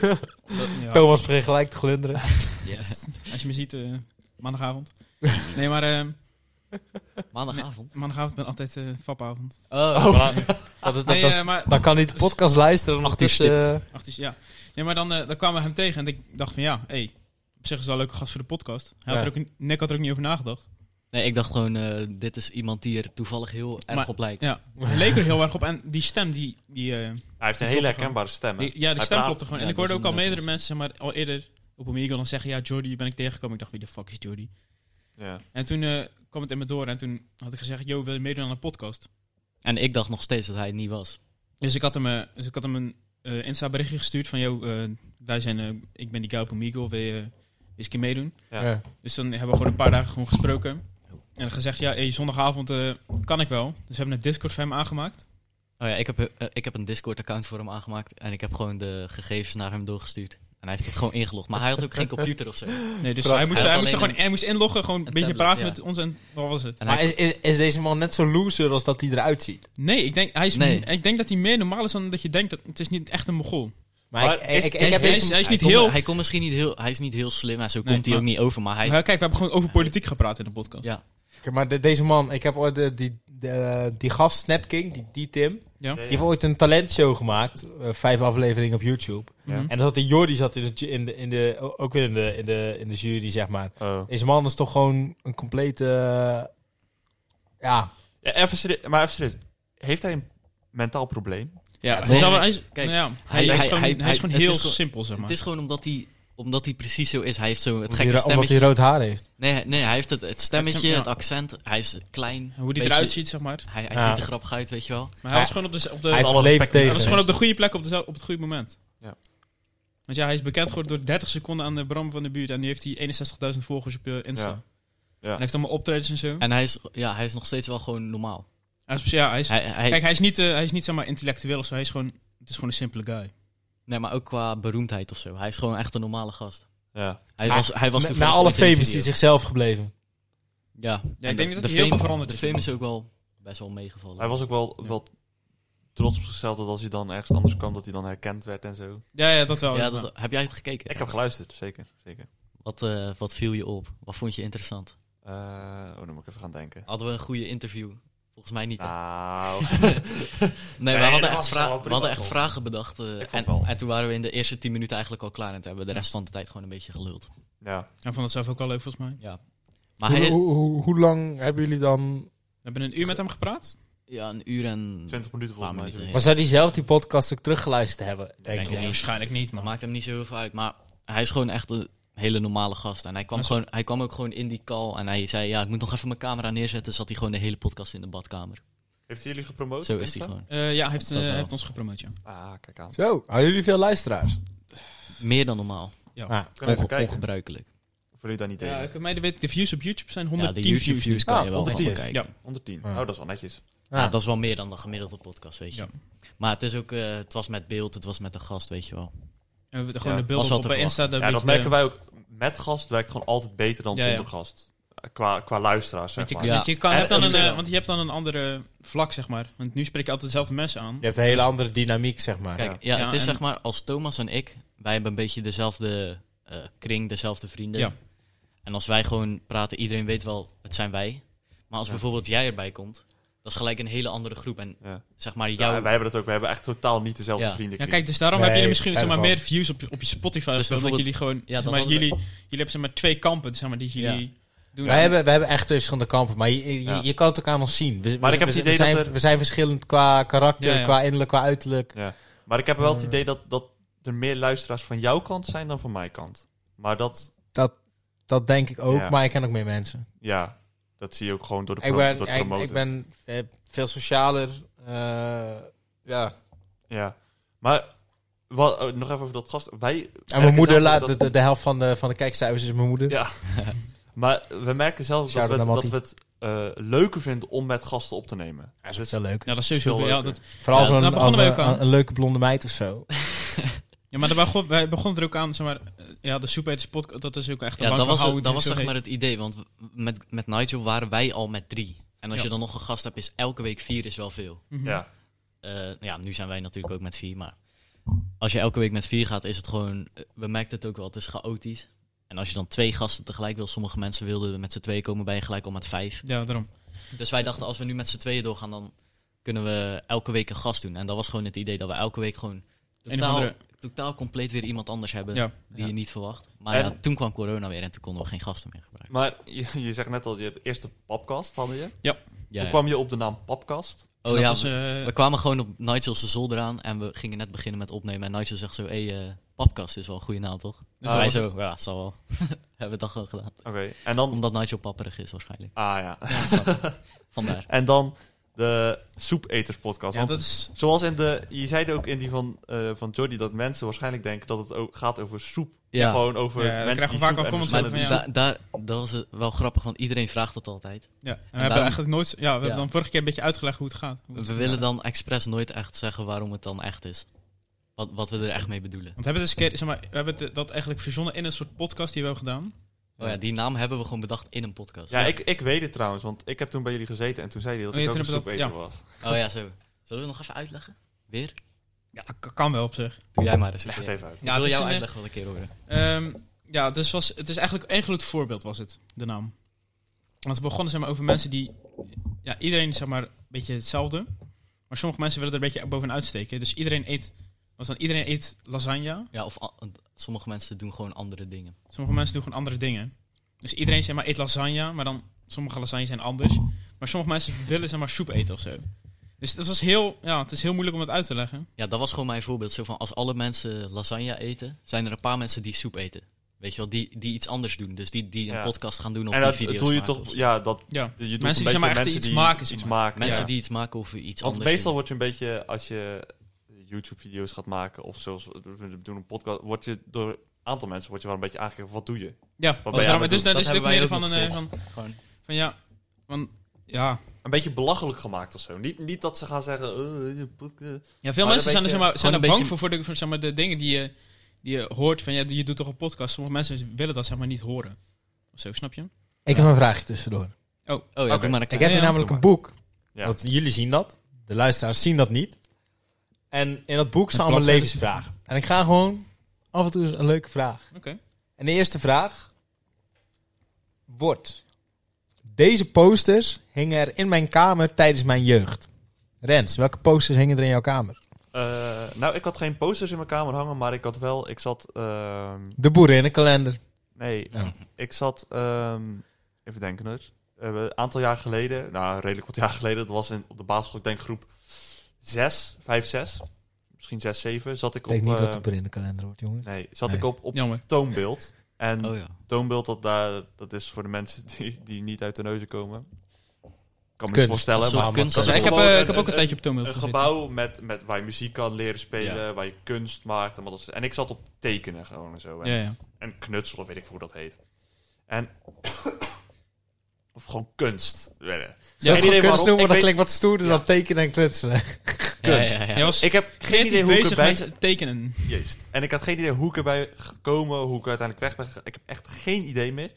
Ja.
Thomas begint gelijk te (laughs) glunderen.
Yes.
Als je me ziet, eh, maandagavond. Nee, maar eh, (laughs)
Maandagavond.
maandagavond ben altijd eh fapavond.
Oh.
Dat, is- dat,
Nee,
dat, is-
eh, maar
dan kan hij de podcast luisteren nog
Acht uur
tussen... eh,
Ach, dus ja. Nee, maar dan, eh, dan kwamen we hem tegen en ik dacht van ja, hé, hey, op zich is wel een leuke gast voor de podcast. Hij had
Ja.
er ook, Nick had er ook niet over nagedacht.
Nee, ik dacht gewoon, eh, dit is iemand die er toevallig heel erg
Maar-
op lijkt.
Ja, hij leek er heel erg op. En die stem, die, die, eh,
Hij heeft een hele herkenbare stem. hè?
die- ja, die
Hij
stem
praat-
klopte gewoon.
Ja,
en ik
dat
hoorde
is
ook al meerdere
inderdaad
mensen, zeg maar al eerder op Omegle dan zeggen, ja, Jordi ben ik tegengekomen. Ik dacht, wie de fuck is Jordi?
Ja.
En toen eh, kwam het in me door en toen had ik gezegd, yo, wil je meedoen aan een podcast?
En ik dacht nog steeds dat hij het niet was.
Dus ik had hem, eh, dus ik had hem een eh, Insta-berichtje gestuurd van... Yo, eh, wij zijn, eh, ik ben die guy op Omegle, wil je eh, eens een keer meedoen?
Ja.
ja.
Dus dan hebben we gewoon een paar dagen gewoon gesproken. En gezegd, ja, hey, zondagavond eh, kan ik wel. Dus we hebben een Discord van hem aangemaakt.
Oh ja, ik heb, eh, ik heb een Discord-account voor hem aangemaakt. En ik heb gewoon de gegevens naar hem doorgestuurd. En hij heeft het gewoon ingelogd. Maar hij had ook geen computer of zo.
Nee, dus
Prachtig.
hij moest,
Hij
hij
had
moest, er
alleen
gewoon, hij moest inloggen, gewoon een beetje
tablet,
praten
ja.
met ons en wat was het?
En
Maar
hij,
is, is, is deze man net zo loser als dat hij eruit ziet?
Nee, ik denk, hij is,
Nee.
ik denk dat hij meer normaal is dan dat je denkt. Dat, het is niet echt een mogol.
Maar,
Maar
ik,
is-
ik, ik
hij is-
heb
hij
deze
is- hij is niet
kon-
heel...
hij kon misschien niet heel... Hij is niet heel slim en zo
Nee,
komt hij
maar-
ook niet over. Maar hij...
Maar kijk, we hebben gewoon over politiek gepraat in de podcast.
Ja.
Kijk, Maar de- deze man, ik heb ooit de, die, de, eh, die gast Snapking, die, die Tim,
Ja.
die heeft ooit een talentshow gemaakt. eh, vijf afleveringen op YouTube.
Ja.
Mhm.
En dat de Jordi zat in de, ju- in de, in de, o- ook weer in de, in, de, in de jury, zeg maar.
Oh.
Deze man is toch gewoon een complete... eh, ja,
Ja, even serieus, maar even serieus. Heeft hij een mentaal probleem?
Ja,
het
hij,
is
zal wel-
wel-
hij is,
kijk,
nou ja,
hij-
hij, hij is
hij-
gewoon,
hij-
hij is gewoon
het
heel
is gewoon-
simpel, zeg maar.
Het is gewoon omdat hij omdat hij precies zo is. Hij heeft zo het
omdat hij,
gekke
ra- omdat hij
stemmetje.
rood haar heeft.
Nee, hij- nee, hij heeft het, het
Het
stemmetje,
stem- ja.
het accent. Hij is klein.
Hoe die
beetje-
eruit ziet, zeg maar.
Hij, hij
Ja.
ziet er grappig uit, weet je wel.
Maar hij
Ja.
was gewoon op de, op de,
hij heeft
alle
het leven
respect-
hij
tegen.
was gewoon op de goede plek op, de, op het goede moment.
Ja.
Want ja, hij is bekend geworden door 30 seconden aan de Bram van de buurt. En nu heeft hij 61.000 volgers op eh, Insta.
Ja.
Hij heeft allemaal optredens en zo.
En hij is, ja, hij is nog steeds wel gewoon normaal.
Hij is, ja, hij is,
Hij, hij,
kijk, hij is niet, eh, hij is niet zeg maar, intellectueel of zo. Hij is gewoon, het is gewoon een simpele guy.
nee, maar ook qua beroemdheid of zo. Hij is gewoon echt een normale gast.
Ja.
Hij
Maar-
was, hij was
Na,
toevallig
alle
ooit in die
famous die
video.
zichzelf gebleven.
Ja, En
denk
de-
niet dat
de
hij heel
fame-
veel veranderd is.
De fame is ook wel best wel meegevallen.
Hij was ook wel, wel trots op zichzelf dat als hij dan ergens anders kwam, dat hij dan herkend werd en zo.
Ja, ja dat wel.
ja,
dat
dat,
wel.
heb jij het gekeken?
Ik heb geluisterd, zeker. zeker.
Wat, eh, wat viel je op? Wat vond je interessant?
Eh, oh, dan moet ik even gaan denken.
Hadden we een goede interview? Volgens mij niet. (laughs) hè?
(laughs) Nou,
nee, we
nee,
hadden
dat
echt,
was
vra-
wel
we
prima,
hadden echt
toch?
vragen bedacht. eh,
vond
en,
wel.
en toen waren we in de eerste tien minuten eigenlijk al klaar. En toen hebben we de rest van de tijd gewoon een beetje geluld.
ja.
Hij vond het zelf ook wel leuk, volgens mij.
Ja. Maar
Hoe,
hij,
hoe, hoe, hoe lang hebben jullie dan...
We hebben een uur met hem gepraat.
ja, een uur en...
20 minuten volgens
Paar
mij.
minuten,
zoiets.
ja.
Maar zou die zelf die podcast ook teruggeluisterd hebben? Denk
denk
ik.
ik.
waarschijnlijk niet,
Dat
man.
maakt hem niet zo heel veel uit. Maar hij is gewoon echt een hele normale gast. En hij kwam,
Dat is
gewoon, hij kwam ook gewoon in die call. En hij zei, ja, ik moet nog even mijn camera neerzetten. Zat hij gewoon de hele podcast in de badkamer.
Heeft hij jullie gepromoot?
Zo
op
is hij
Insta?
gewoon.
Eh, ja, hij heeft, eh,
Dat wel.
hij heeft ons gepromoot, ja.
Ah, kijk aan.
Zo, hadden jullie veel luisteraars?
Meer dan normaal.
Kan even
Ah, Onge-
kijken.
ongebruikelijk.
Of jullie daar niet
Ja,
delen.
ik mij weet, de views op YouTube zijn
Ja,
110
de YouTube
views. nu.
views kan
Ah,
je wel
110.
gewoon kijken.
Ja.
110.
Ja.
Oh, dat is wel netjes.
Ja, dat is wel meer dan de gemiddelde podcast, weet je.
Ja.
Maar het, is ook, eh, het was met beeld, het was met de gast, weet je wel.
En we,
Ja,
gewoon de
was
beelden
al
op
te
bij Insta.
Ja, dat merken wij ook. Met gast werkt gewoon altijd beter dan
Ja,
zonder
ja.
gast. Eh, Qua, qua luisteraars, zeg
Want je,
maar.
Ja.
want je kan,
En-
hebt dan
en
een,
dus-
eh, want je hebt dan een andere vlak, zeg maar. Want nu spreek je altijd dezelfde mensen aan.
Je hebt een hele andere dynamiek, zeg maar.
Kijk, ja,
Ja,
het is
en-
zeg maar als Thomas en ik, wij hebben een beetje dezelfde eh, kring, dezelfde vrienden.
Ja.
En als wij gewoon praten, iedereen weet wel, het zijn wij. Maar als
Ja.
bijvoorbeeld jij erbij komt, dat is gelijk een hele andere groep. En
Ja.
zeg maar
Ja,
jouw...
wij hebben dat ook. We hebben echt totaal niet dezelfde
Ja.
vrienden.
Ja, kijk, dus daarom
Nee,
hebben jullie misschien zeg maar, meer
eigenlijk
views op, je- op je Spotify. Dus
Dus
omdat
bijvoorbeeld-
jullie gewoon,
Ja,
zeg
dat
maar,
hadden we.
jullie, jullie hebben zeg maar twee kampen, zeg maar, die jullie doen.
Wij hebben, wij hebben echt twee verschillende kampen, maar je, je,
Ja.
je kan het elkaar nog zien. We,
Maar
we-
ik heb het
we-
idee
we zijn,
dat er-
we zijn verschillend qua karakter,
Ja, ja.
qua innerlijk, qua uiterlijk.
Maar ik heb wel het idee dat, dat er meer luisteraars van jouw kant zijn dan van mijn kant. Maar dat,
Dat denk ik ook,
Ja.
maar ik ken ook meer mensen.
ja, dat zie je ook gewoon door de,
Ik
pro
ben,
door de
ik,
promotor.
ik ben eh, veel socialer. eh, ja.
Ja. Maar wat, eh, nog even over dat gast. Wij,
En mijn moeder,
zelf ook
laat,
dat-
de, de, de helft van de, van de kijkcijfers is mijn moeder.
Ja. maar we merken zelf dat we,
Shout-out
het,
naar
dat we het eh, leuker vinden om met gasten op te nemen.
Dat is wel leuk.
Ja, dat is sowieso.
Veel
wel- Ja,
leuker.
dat,
Vooral
Ja,
zo'n
nou,
daar
als
begonnen
een,
we ook aan.
een- een leuke blonde meid of zo.
ja, maar daar begon, wij begonnen er ook aan, zeg maar, eh, ja, de Superheads podcast, dat is ook echt een
ja,
lang
dat was,
verhaal, hoe
het-
het
dat was
zo
zeg maar
heet.
het idee. Want w- met, met Nigel waren wij al met drie. En als
Ja.
je dan nog een gast hebt, is elke week vier is wel veel.
Mhm.
Ja.
Eh, ja, nu zijn wij natuurlijk ook met vier, maar als je elke week met vier gaat, is het gewoon, eh, we merken het ook wel, het is chaotisch. En als je dan twee gasten tegelijk wil, sommige mensen wilden met z'n tweeën komen bij je gelijk al met vijf.
Ja, daarom.
Dus wij dachten, als we nu met z'n tweeën doorgaan, dan kunnen we elke week een gast doen. En dat was gewoon het idee, dat we elke week gewoon
Een of
totaal,
andere,
totaal compleet weer iemand anders hebben
ja.
die
Ja.
je niet verwacht. Maar
En-
ja, toen kwam corona weer en toen konden we geen gasten meer gebruiken.
Maar je, je zegt net al, je hebt eerst de podcast hadden je.
Ja,
Hoe
ja.
kwam je op de naam Papkast?
Oh
dat
ja,
was,
we,
eh,
we kwamen gewoon op Nigel's de zolder aan en we gingen net beginnen met opnemen. En Nigel zegt zo, hé, hey, eh, papkast is wel een goede naam, toch?
Dus
Ah,
dat
wij
was
zo,
het.
ja, zal wel. (laughs) Hebben we dat gewoon gedaan.
Oké. En dan...
Omdat Nigel papperig is waarschijnlijk.
Ah ja.
Ja, snap ik. Vandaar.
En dan de Soepeters podcast.
Ja, dat is...
Zoals in de... Je zei ook in die van, eh van Jordi dat mensen waarschijnlijk denken dat het ook gaat over soep.
(laughs) Ja,
Gewoon over
Ja, we
mensen
krijgen
die
vaak
soep
wel
en
comments
maar
verschillende-
van, ja.
da- daar, dat was het wel grappig, want iedereen vraagt het altijd.
Ja, en we hebben
daarom-
eigenlijk nooit... Ja, we hebben
Ja.
dan vorige keer een beetje uitgelegd hoe het gaat. Hoe het-
We willen dan expres nooit echt zeggen waarom het dan echt is. Wat, wat we er echt mee bedoelen.
Want we hebben het eens een keer, zeg maar, we hebben het, eh, dat eigenlijk verzonnen in een soort podcast die we hebben gedaan.
Oh ja, die naam hebben we gewoon bedacht in een podcast.
Ja, ik, ik weet het trouwens, want ik heb toen bij jullie gezeten en toen zei hij dat
Oh, ja,
ik ook
toen
een
heb je dat-
soepeter was.
Oh ja, zo. Zullen we het nog even uitleggen? Weer?
Ja, k- kan wel op zich.
Doe jij maar eens. een
Leg
keer.
het even uit.
Ik
het
wil
is
jou
een, eh,
uitleggen wel een keer horen.
Ehm, ja, dus was, het is eigenlijk één groot voorbeeld was het, de naam. Want we begonnen zeg maar, over mensen die... Ja, iedereen is zeg maar een beetje hetzelfde. Maar sommige mensen willen er een beetje bovenuit steken. Dus iedereen eet... Was dan, iedereen eet lasagne.
Ja, of a- sommige mensen doen gewoon andere dingen.
Sommige mensen doen gewoon andere dingen. Dus iedereen zeg maar, eet lasagne. Maar dan... Sommige lasagnes zijn anders. Maar sommige mensen willen zeg maar soep eten of zo. Dus dat was heel... Ja, het is heel moeilijk om het uit te leggen.
Ja, dat was gewoon mijn voorbeeld. Zo van, als alle mensen lasagne eten, zijn er een paar mensen die soep eten. Weet je wel, die, die iets anders doen. Dus die, die een
Ja.
podcast gaan doen of
En
die
dat
video's
doe je
maken
toch,
of zo.
ja, dat
Ja.
je doet
Mensen die,
een
zeg maar,
beetje
echt
mensen
iets
die
maken,
iets
zeg maar.
maken.
Mensen
ja.
die iets maken of iets
Want
anders
meestal
doen.
word je een beetje, als je YouTube-video's gaat maken of zoals we doen een podcast, word je door aantal mensen wordt je wel een beetje aangekeken. Wat doe je?
Ja, dat
ben jij
is
aan
daarom-
het
dus
doen?
dat is
Dat
het ook
hebben wij
meer
ook
van
nog
een... eh, Van,
steeds. Gewoon.
van ja, van... Ja,
Een beetje belachelijk gemaakt of zo. Niet, niet dat ze gaan zeggen. eh, je podcast.
ja veel
Maar
mensen
een
zijn er,
beetje-
zeg maar, zijn
gewoon
er
een
bang
beetje-
voor, voor, de, voor zeg maar, de dingen die je, die je hoort. Van, ja, je doet toch een podcast. Sommige mensen willen dat zeg maar, niet horen. Of zo, snap je?
Ik heb een vraagje tussendoor.
Oh ja,
Oké.
doe maar een
Ik
klein-
heb
Ja,
hier namelijk
doe
een boek.
Ja.
Want jullie zien dat. De luisteraars zien dat niet. En in dat boek staan allemaal
bladzijden.
levensvragen. En ik ga gewoon af en toe eens een leuke vraag.
Oké.
En de eerste vraag wordt... Deze posters hingen er in mijn kamer tijdens mijn jeugd. Rens, welke posters hingen er in jouw kamer?
Eh, nou, ik had geen posters in mijn kamer hangen, maar ik had wel. Ik zat. ehm,
De boerinnenkalender.
nee,
Ja.
ik zat. ehm, even denken hoor. Eh, Een aantal jaar geleden, nou redelijk wat (laughs) jaar geleden, dat was in, op de basisschool, ik denk groep 6, 5, 6, misschien 6, 7, zat ik
Ik
op.
denk niet dat
eh,
de boerinnenkalender wordt, jongens.
nee, zat
Nee.
ik op, op
Jammer.
toonbeeld. En
Oh ja.
toonbeeld, dat, daar, dat is voor de mensen die, die niet uit de neuzen komen. Kan me
Kunst.
niet voorstellen,
Zo
maar
kunst.
dat
Ja,
is
ik, heb,
gewoon
eh,
een-
ik heb ook een
een-
tijdje op Toonbeeld
Een
gezeten.
gebouw met, met, waar je muziek kan leren spelen, waar je kunst maakt. En, wat als- en ik zat op tekenen gewoon en zo. En,
Ja, ja.
en knutselen, of weet ik hoe dat heet. En... (coughs) of gewoon kunst. Ik weet het.
Zou
Geen
je het
idee
gewoon kunst
waarom.
noemen?
Ik
Dat
weet-
klinkt wat stoerder
Ja.
dan tekenen en klutselen.
Kunst.
Ja, ja, ja.
Jij was
Ik heb geen idee
creatief
hoe ik
bezig
erbij...
met tekenen.
Juist. En ik had geen idee hoe ik erbij gekomen, hoe ik uiteindelijk weg ben gegaan. Ik heb echt geen idee meer.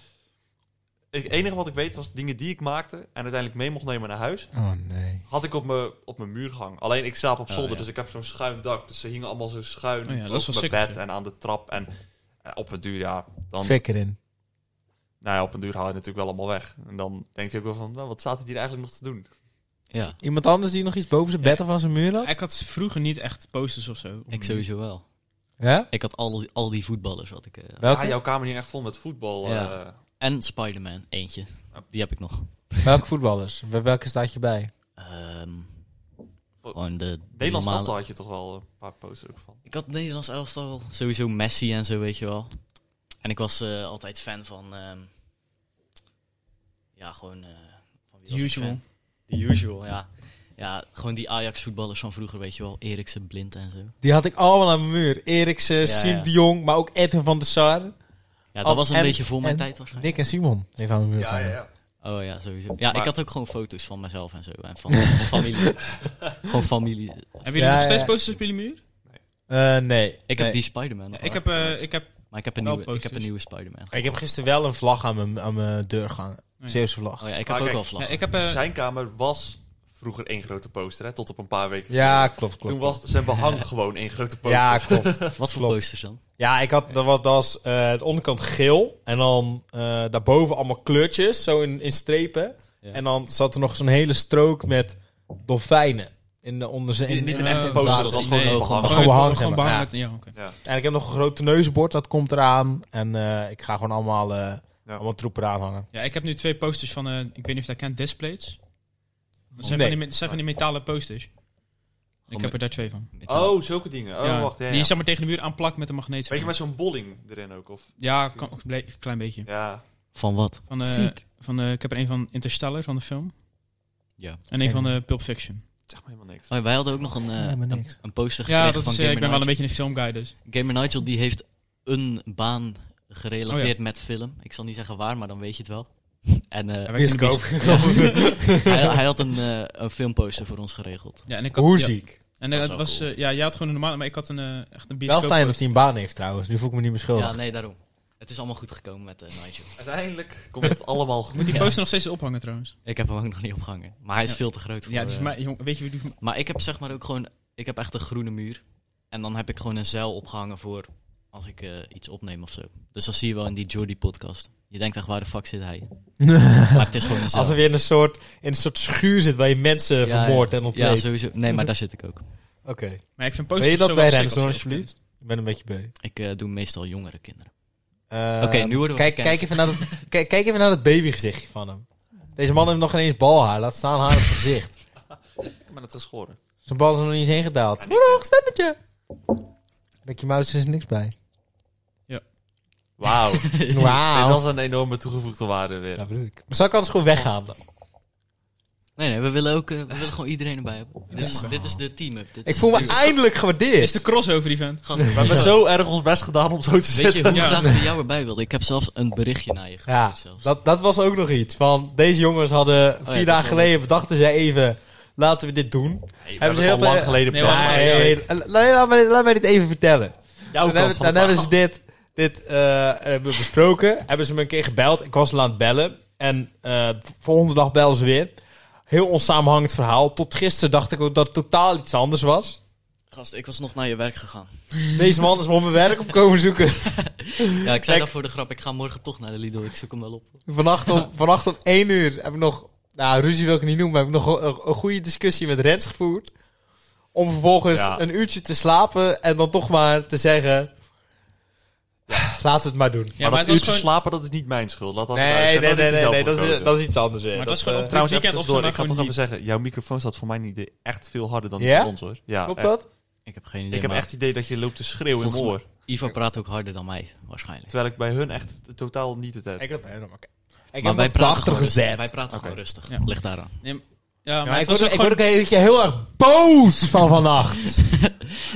Het enige wat ik weet was dingen die ik maakte en uiteindelijk mee mocht nemen naar huis.
Oh nee.
Had ik op mijn, op mijn muur hangen. Alleen ik slaap op
Oh,
zolder,
ja.
dus ik heb zo'n schuin dak. Dus ze hingen allemaal zo schuin
Oh ja, dat is
op
wel
mijn
sick,
bed
ja.
en aan de trap. En, eh, op een duur, ja, dan...
Fik erin.
Nou ja, op een duur haal je het natuurlijk wel allemaal weg. En dan denk je ook wel van, nou, wat staat het hier eigenlijk nog te doen?
ja,
Iemand anders die nog iets boven zijn bed of aan zijn muur had?
Ik had vroeger niet echt posters of zo.
ik sowieso wel.
Ja?
Ik had al, al die voetballers. Had ik, eh,
Welke?
Ja, jouw kamer hing echt vol met voetbal.
Ja.
eh.
En Spider-Man, eentje. Die heb ik nog.
Welke voetballers? Bij welke staat je bij?
Ehm, gewoon de
Oh. Nederlands
normale-
elftal had je toch wel een paar posters ook van.
Ik had Nederlands elftal. Sowieso Messi en zo, weet je wel. En ik was eh, altijd fan van... ehm, ja, gewoon... eh, van wie was ik
Usual.
fan? The usual, ja. Ja, gewoon die Ajax-voetballers van vroeger, weet je wel. Eriksen, Blind en zo.
Die had ik allemaal aan mijn muur. Eriksen, Siem
ja.
de Jong, maar ook Edwin van der Sar.
Ja, dat
Al-
was een
Oh, en-
beetje voor mijn
en
tijd waarschijnlijk.
Nick en Simon heeft aan mijn muur gehangen.
Oh ja, sowieso. Ja,
Maar-
ik had ook gewoon foto's van mezelf en zo. En van (laughs) van familie. gewoon familie.
Hebben jullie
Ja,
nog steeds
ja.
posters op jullie muur?
Eh, nee.
Ik
Nee.
heb die Spider-Man. nog
ik,
wel.
heb, eh, ik heb...
maar ik heb een
wel
nieuwe, ik heb
posters.
een nieuwe Spider-Man.
Ik heb gisteren wel een vlag aan mijn, aan mijn deur gehangen.
ja.
Zeeuwse vlag.
Oh ja, ik
Maar
heb
kijk,
ook wel
Ja,
vlaggen.
ik heb eh,
Zijn kamer was vroeger één grote poster, hè, tot op een paar weken geleden.
Ja, klopt, klopt.
Toen was zijn behang gewoon één grote poster.
ja,
(laughs)
klopt.
Wat voor
Klopt.
posters dan?
Ja, ik had, dat was, dat was eh, de onderkant geel. En dan eh, daarboven allemaal kleurtjes, zo in, in strepen.
Ja.
En dan zat er nog zo'n hele strook met dolfijnen. In de onder in-
Niet, niet een
in-
eh,
echte
eh,
poster, dat
ja, dat
was
is
gewoon
nee,
een
gewoon-
behang.
gewoon behang, zeg
Gewoon
maar.
behang
Ja.
met- ja, oké.
Ja.
En ik heb nog een groot toneusbord, dat komt eraan. En eh, ik ga gewoon allemaal, eh allemaal troepen eraan hangen.
Ja, ik heb nu twee posters van, eh, ik weet niet of je dat kent, Displays. Dat zijn,
Nee.
van, die, me- dat zijn van die metalen posters. Ik heb er daar twee van.
Oh, zulke dingen. Oh,
Ja,
wacht. Ja,
Die
ja.
je zeg maar tegen de muur aanplakt met een magneet.
Weet je, met zo'n bolling erin ook? Of,
Ja, kan, ook ble- een klein beetje.
ja.
Van wat?
Van, eh,
Ziek.
Van, eh, ik heb er een van Interstellar, van de film.
Ja.
En een van eh, Pulp Fiction.
Zeg maar helemaal niks.
Oh, wij hadden ook nog een, eh,
Nee, maar
een,
niks.
een
Ja,
poster gekregen
dat
van
is, eh,
Gamer
ik ben wel een
Nigel.
beetje een filmguy dus.
Gamer Nigel die heeft een baan gerelateerd
Oh ja.
met film. Ik zal niet zeggen waar, maar dan weet je het (laughs) wel. en eh,
Ja, wij kunnen
Bioscoop.
best-
(laughs)
hij, hij had een, eh, een filmposter voor ons geregeld.
Ja, en ik had,
Hoe
ja,
ziek.
En eh,
Dat is
het
wel
was,
cool.
eh, ja, jij had gewoon een normale, maar ik had een, eh, echt een
Wel
bioscoop.
fijn dat hij een baan heeft trouwens. Nu voel ik me niet meer schuldig.
Ja, nee, daarom. Het is allemaal goed gekomen met eh, Nigel.
Uiteindelijk komt het allemaal goed.
Moet die poster nog steeds ophangen trouwens?
Ik heb hem ook nog niet opgehangen. Maar hij is
Ja.
veel te groot voor
Ja, het is
eh,
voor mij, jong, weet je wie doet-
Maar ik heb zeg maar ook gewoon, ik heb echt een groene muur. En dan heb ik gewoon een zeil opgehangen voor als ik eh, iets opneem of zo. Dus dat zie je wel in die Jordy podcast. Je denkt echt, waar de fuck zit
(laughs)
hij? maar het is gewoon een zeil.
Als er weer in een, soort, in een soort schuur zit waar je mensen
Ja,
vermoordt
ja.
eh, en ontleedt.
Ja, sowieso. Nee, maar daar zit ik ook.
Oké.
Maar ik vind
Wil
posters
je dat
zo
bij
wel sick
Rens doen
als je-
alsjeblieft? Ik ben een beetje beu.
Ik eh, doe meestal jongere kinderen.
Eh,
Oké, nu worden we
kijk,
gecanceld.
kijk, even naar dat, kijk, kijk even naar dat babygezichtje van hem. Deze man heeft nog geen eens balhaar. Laat staan haar op het gezicht.
Ik ben het geschoren.
Zijn bal is er nog niet eens heen gedaald. Hallo, stemmetje. Ricky Mouse is er niks bij.
Wauw.
(laughs) Wauw.
Dit was een enorme toegevoegde waarde weer.
Ja, bedoel ik. Maar zou ik anders gewoon weggaan dan?
Nee, nee, we willen, ook, eh, we willen gewoon iedereen erbij hebben. Dit, is, dit is de team-up. Dit
Ik
is-
voel me eindelijk gewaardeerd.
Is de crossover event?
(laughs) Gast,
We hebben zo erg ons best gedaan om zo te
Weet je
zitten.
hoe
Ja.
graag we jou erbij wilden? Ik heb zelfs een berichtje naar je gestuurd
Ja,
zelfs.
dat, dat was ook nog iets. Van, deze jongens hadden vier
dat is wel
dagen geleden bedachten zij even, laten we dit doen.
Nee, we
Hebben ze
het
heel
al lang
veel-
geleden
Nee,
bedacht.
maar-
Nee,
ja.
nee, la- la- laat mij- laat mij dit even vertellen.
Jouw
dan
kant
hebben,
van
dan
het
hebben ze dit, dit eh, hebben we besproken. (laughs) Hebben ze me een keer gebeld. Ik was al aan het bellen. En eh, volgende dag bellen ze weer. Heel onsamenhangend verhaal. Tot gisteren dacht ik ook dat het totaal iets anders was.
Gast, ik was nog naar je werk gegaan.
Deze man is me op mijn werk op komen zoeken.
Ja, ik zei
Kijk.
dat voor de grap. Ik ga morgen toch naar de Lidl. Ik zoek hem wel op.
Vannacht om, vannacht om één uur heb ik nog... Nou, ruzie wil ik niet noemen. Maar heb ik nog een, een goede discussie met Rens gevoerd. Om vervolgens
Ja.
een uurtje te slapen. En dan toch maar te zeggen... (sighs) Laten we het maar doen.
Ja,
maar,
maar
dat
het was
uurtje
gewoon...
slapen, dat is niet mijn schuld. Laat dat eruit. Zeg
Nee, nee,
dat ik
nee,
die
nee,
zelf
nee, dat, is,
gekozen.
dat is iets anders. weer.
Maar het was
Dat,
gewoon
eh,
of dit
Trouwens, even
weekend of
tussendoor,
zondag
ik ga toch
gewoon
even zeggen, jouw microfoon staat voor mij niet de- echt veel harder dan
Ja?
die van ons hoor. Ja,
Klopt
echt.
dat?
Ik heb geen idee.
Ik heb
maar
echt het idee dat je loopt te schreeuwen in mijn
Volgens
oor.
Ivo praat ook harder dan mij, waarschijnlijk.
Terwijl ik bij hun echt t- totaal niet het heb.
Ik heb nee, dan- oké. Ik heb
Maar wij
hem
praten,
prachtig
gewoon dus- rustig.
gezet.
wij praten gewoon
Oké.
rustig.
Ja.
Ligt daaraan.
Ja, maar
Ja, ik word
het was
er-
ook
ik
gewoon...
word ook een keertje heel erg boos van vannacht.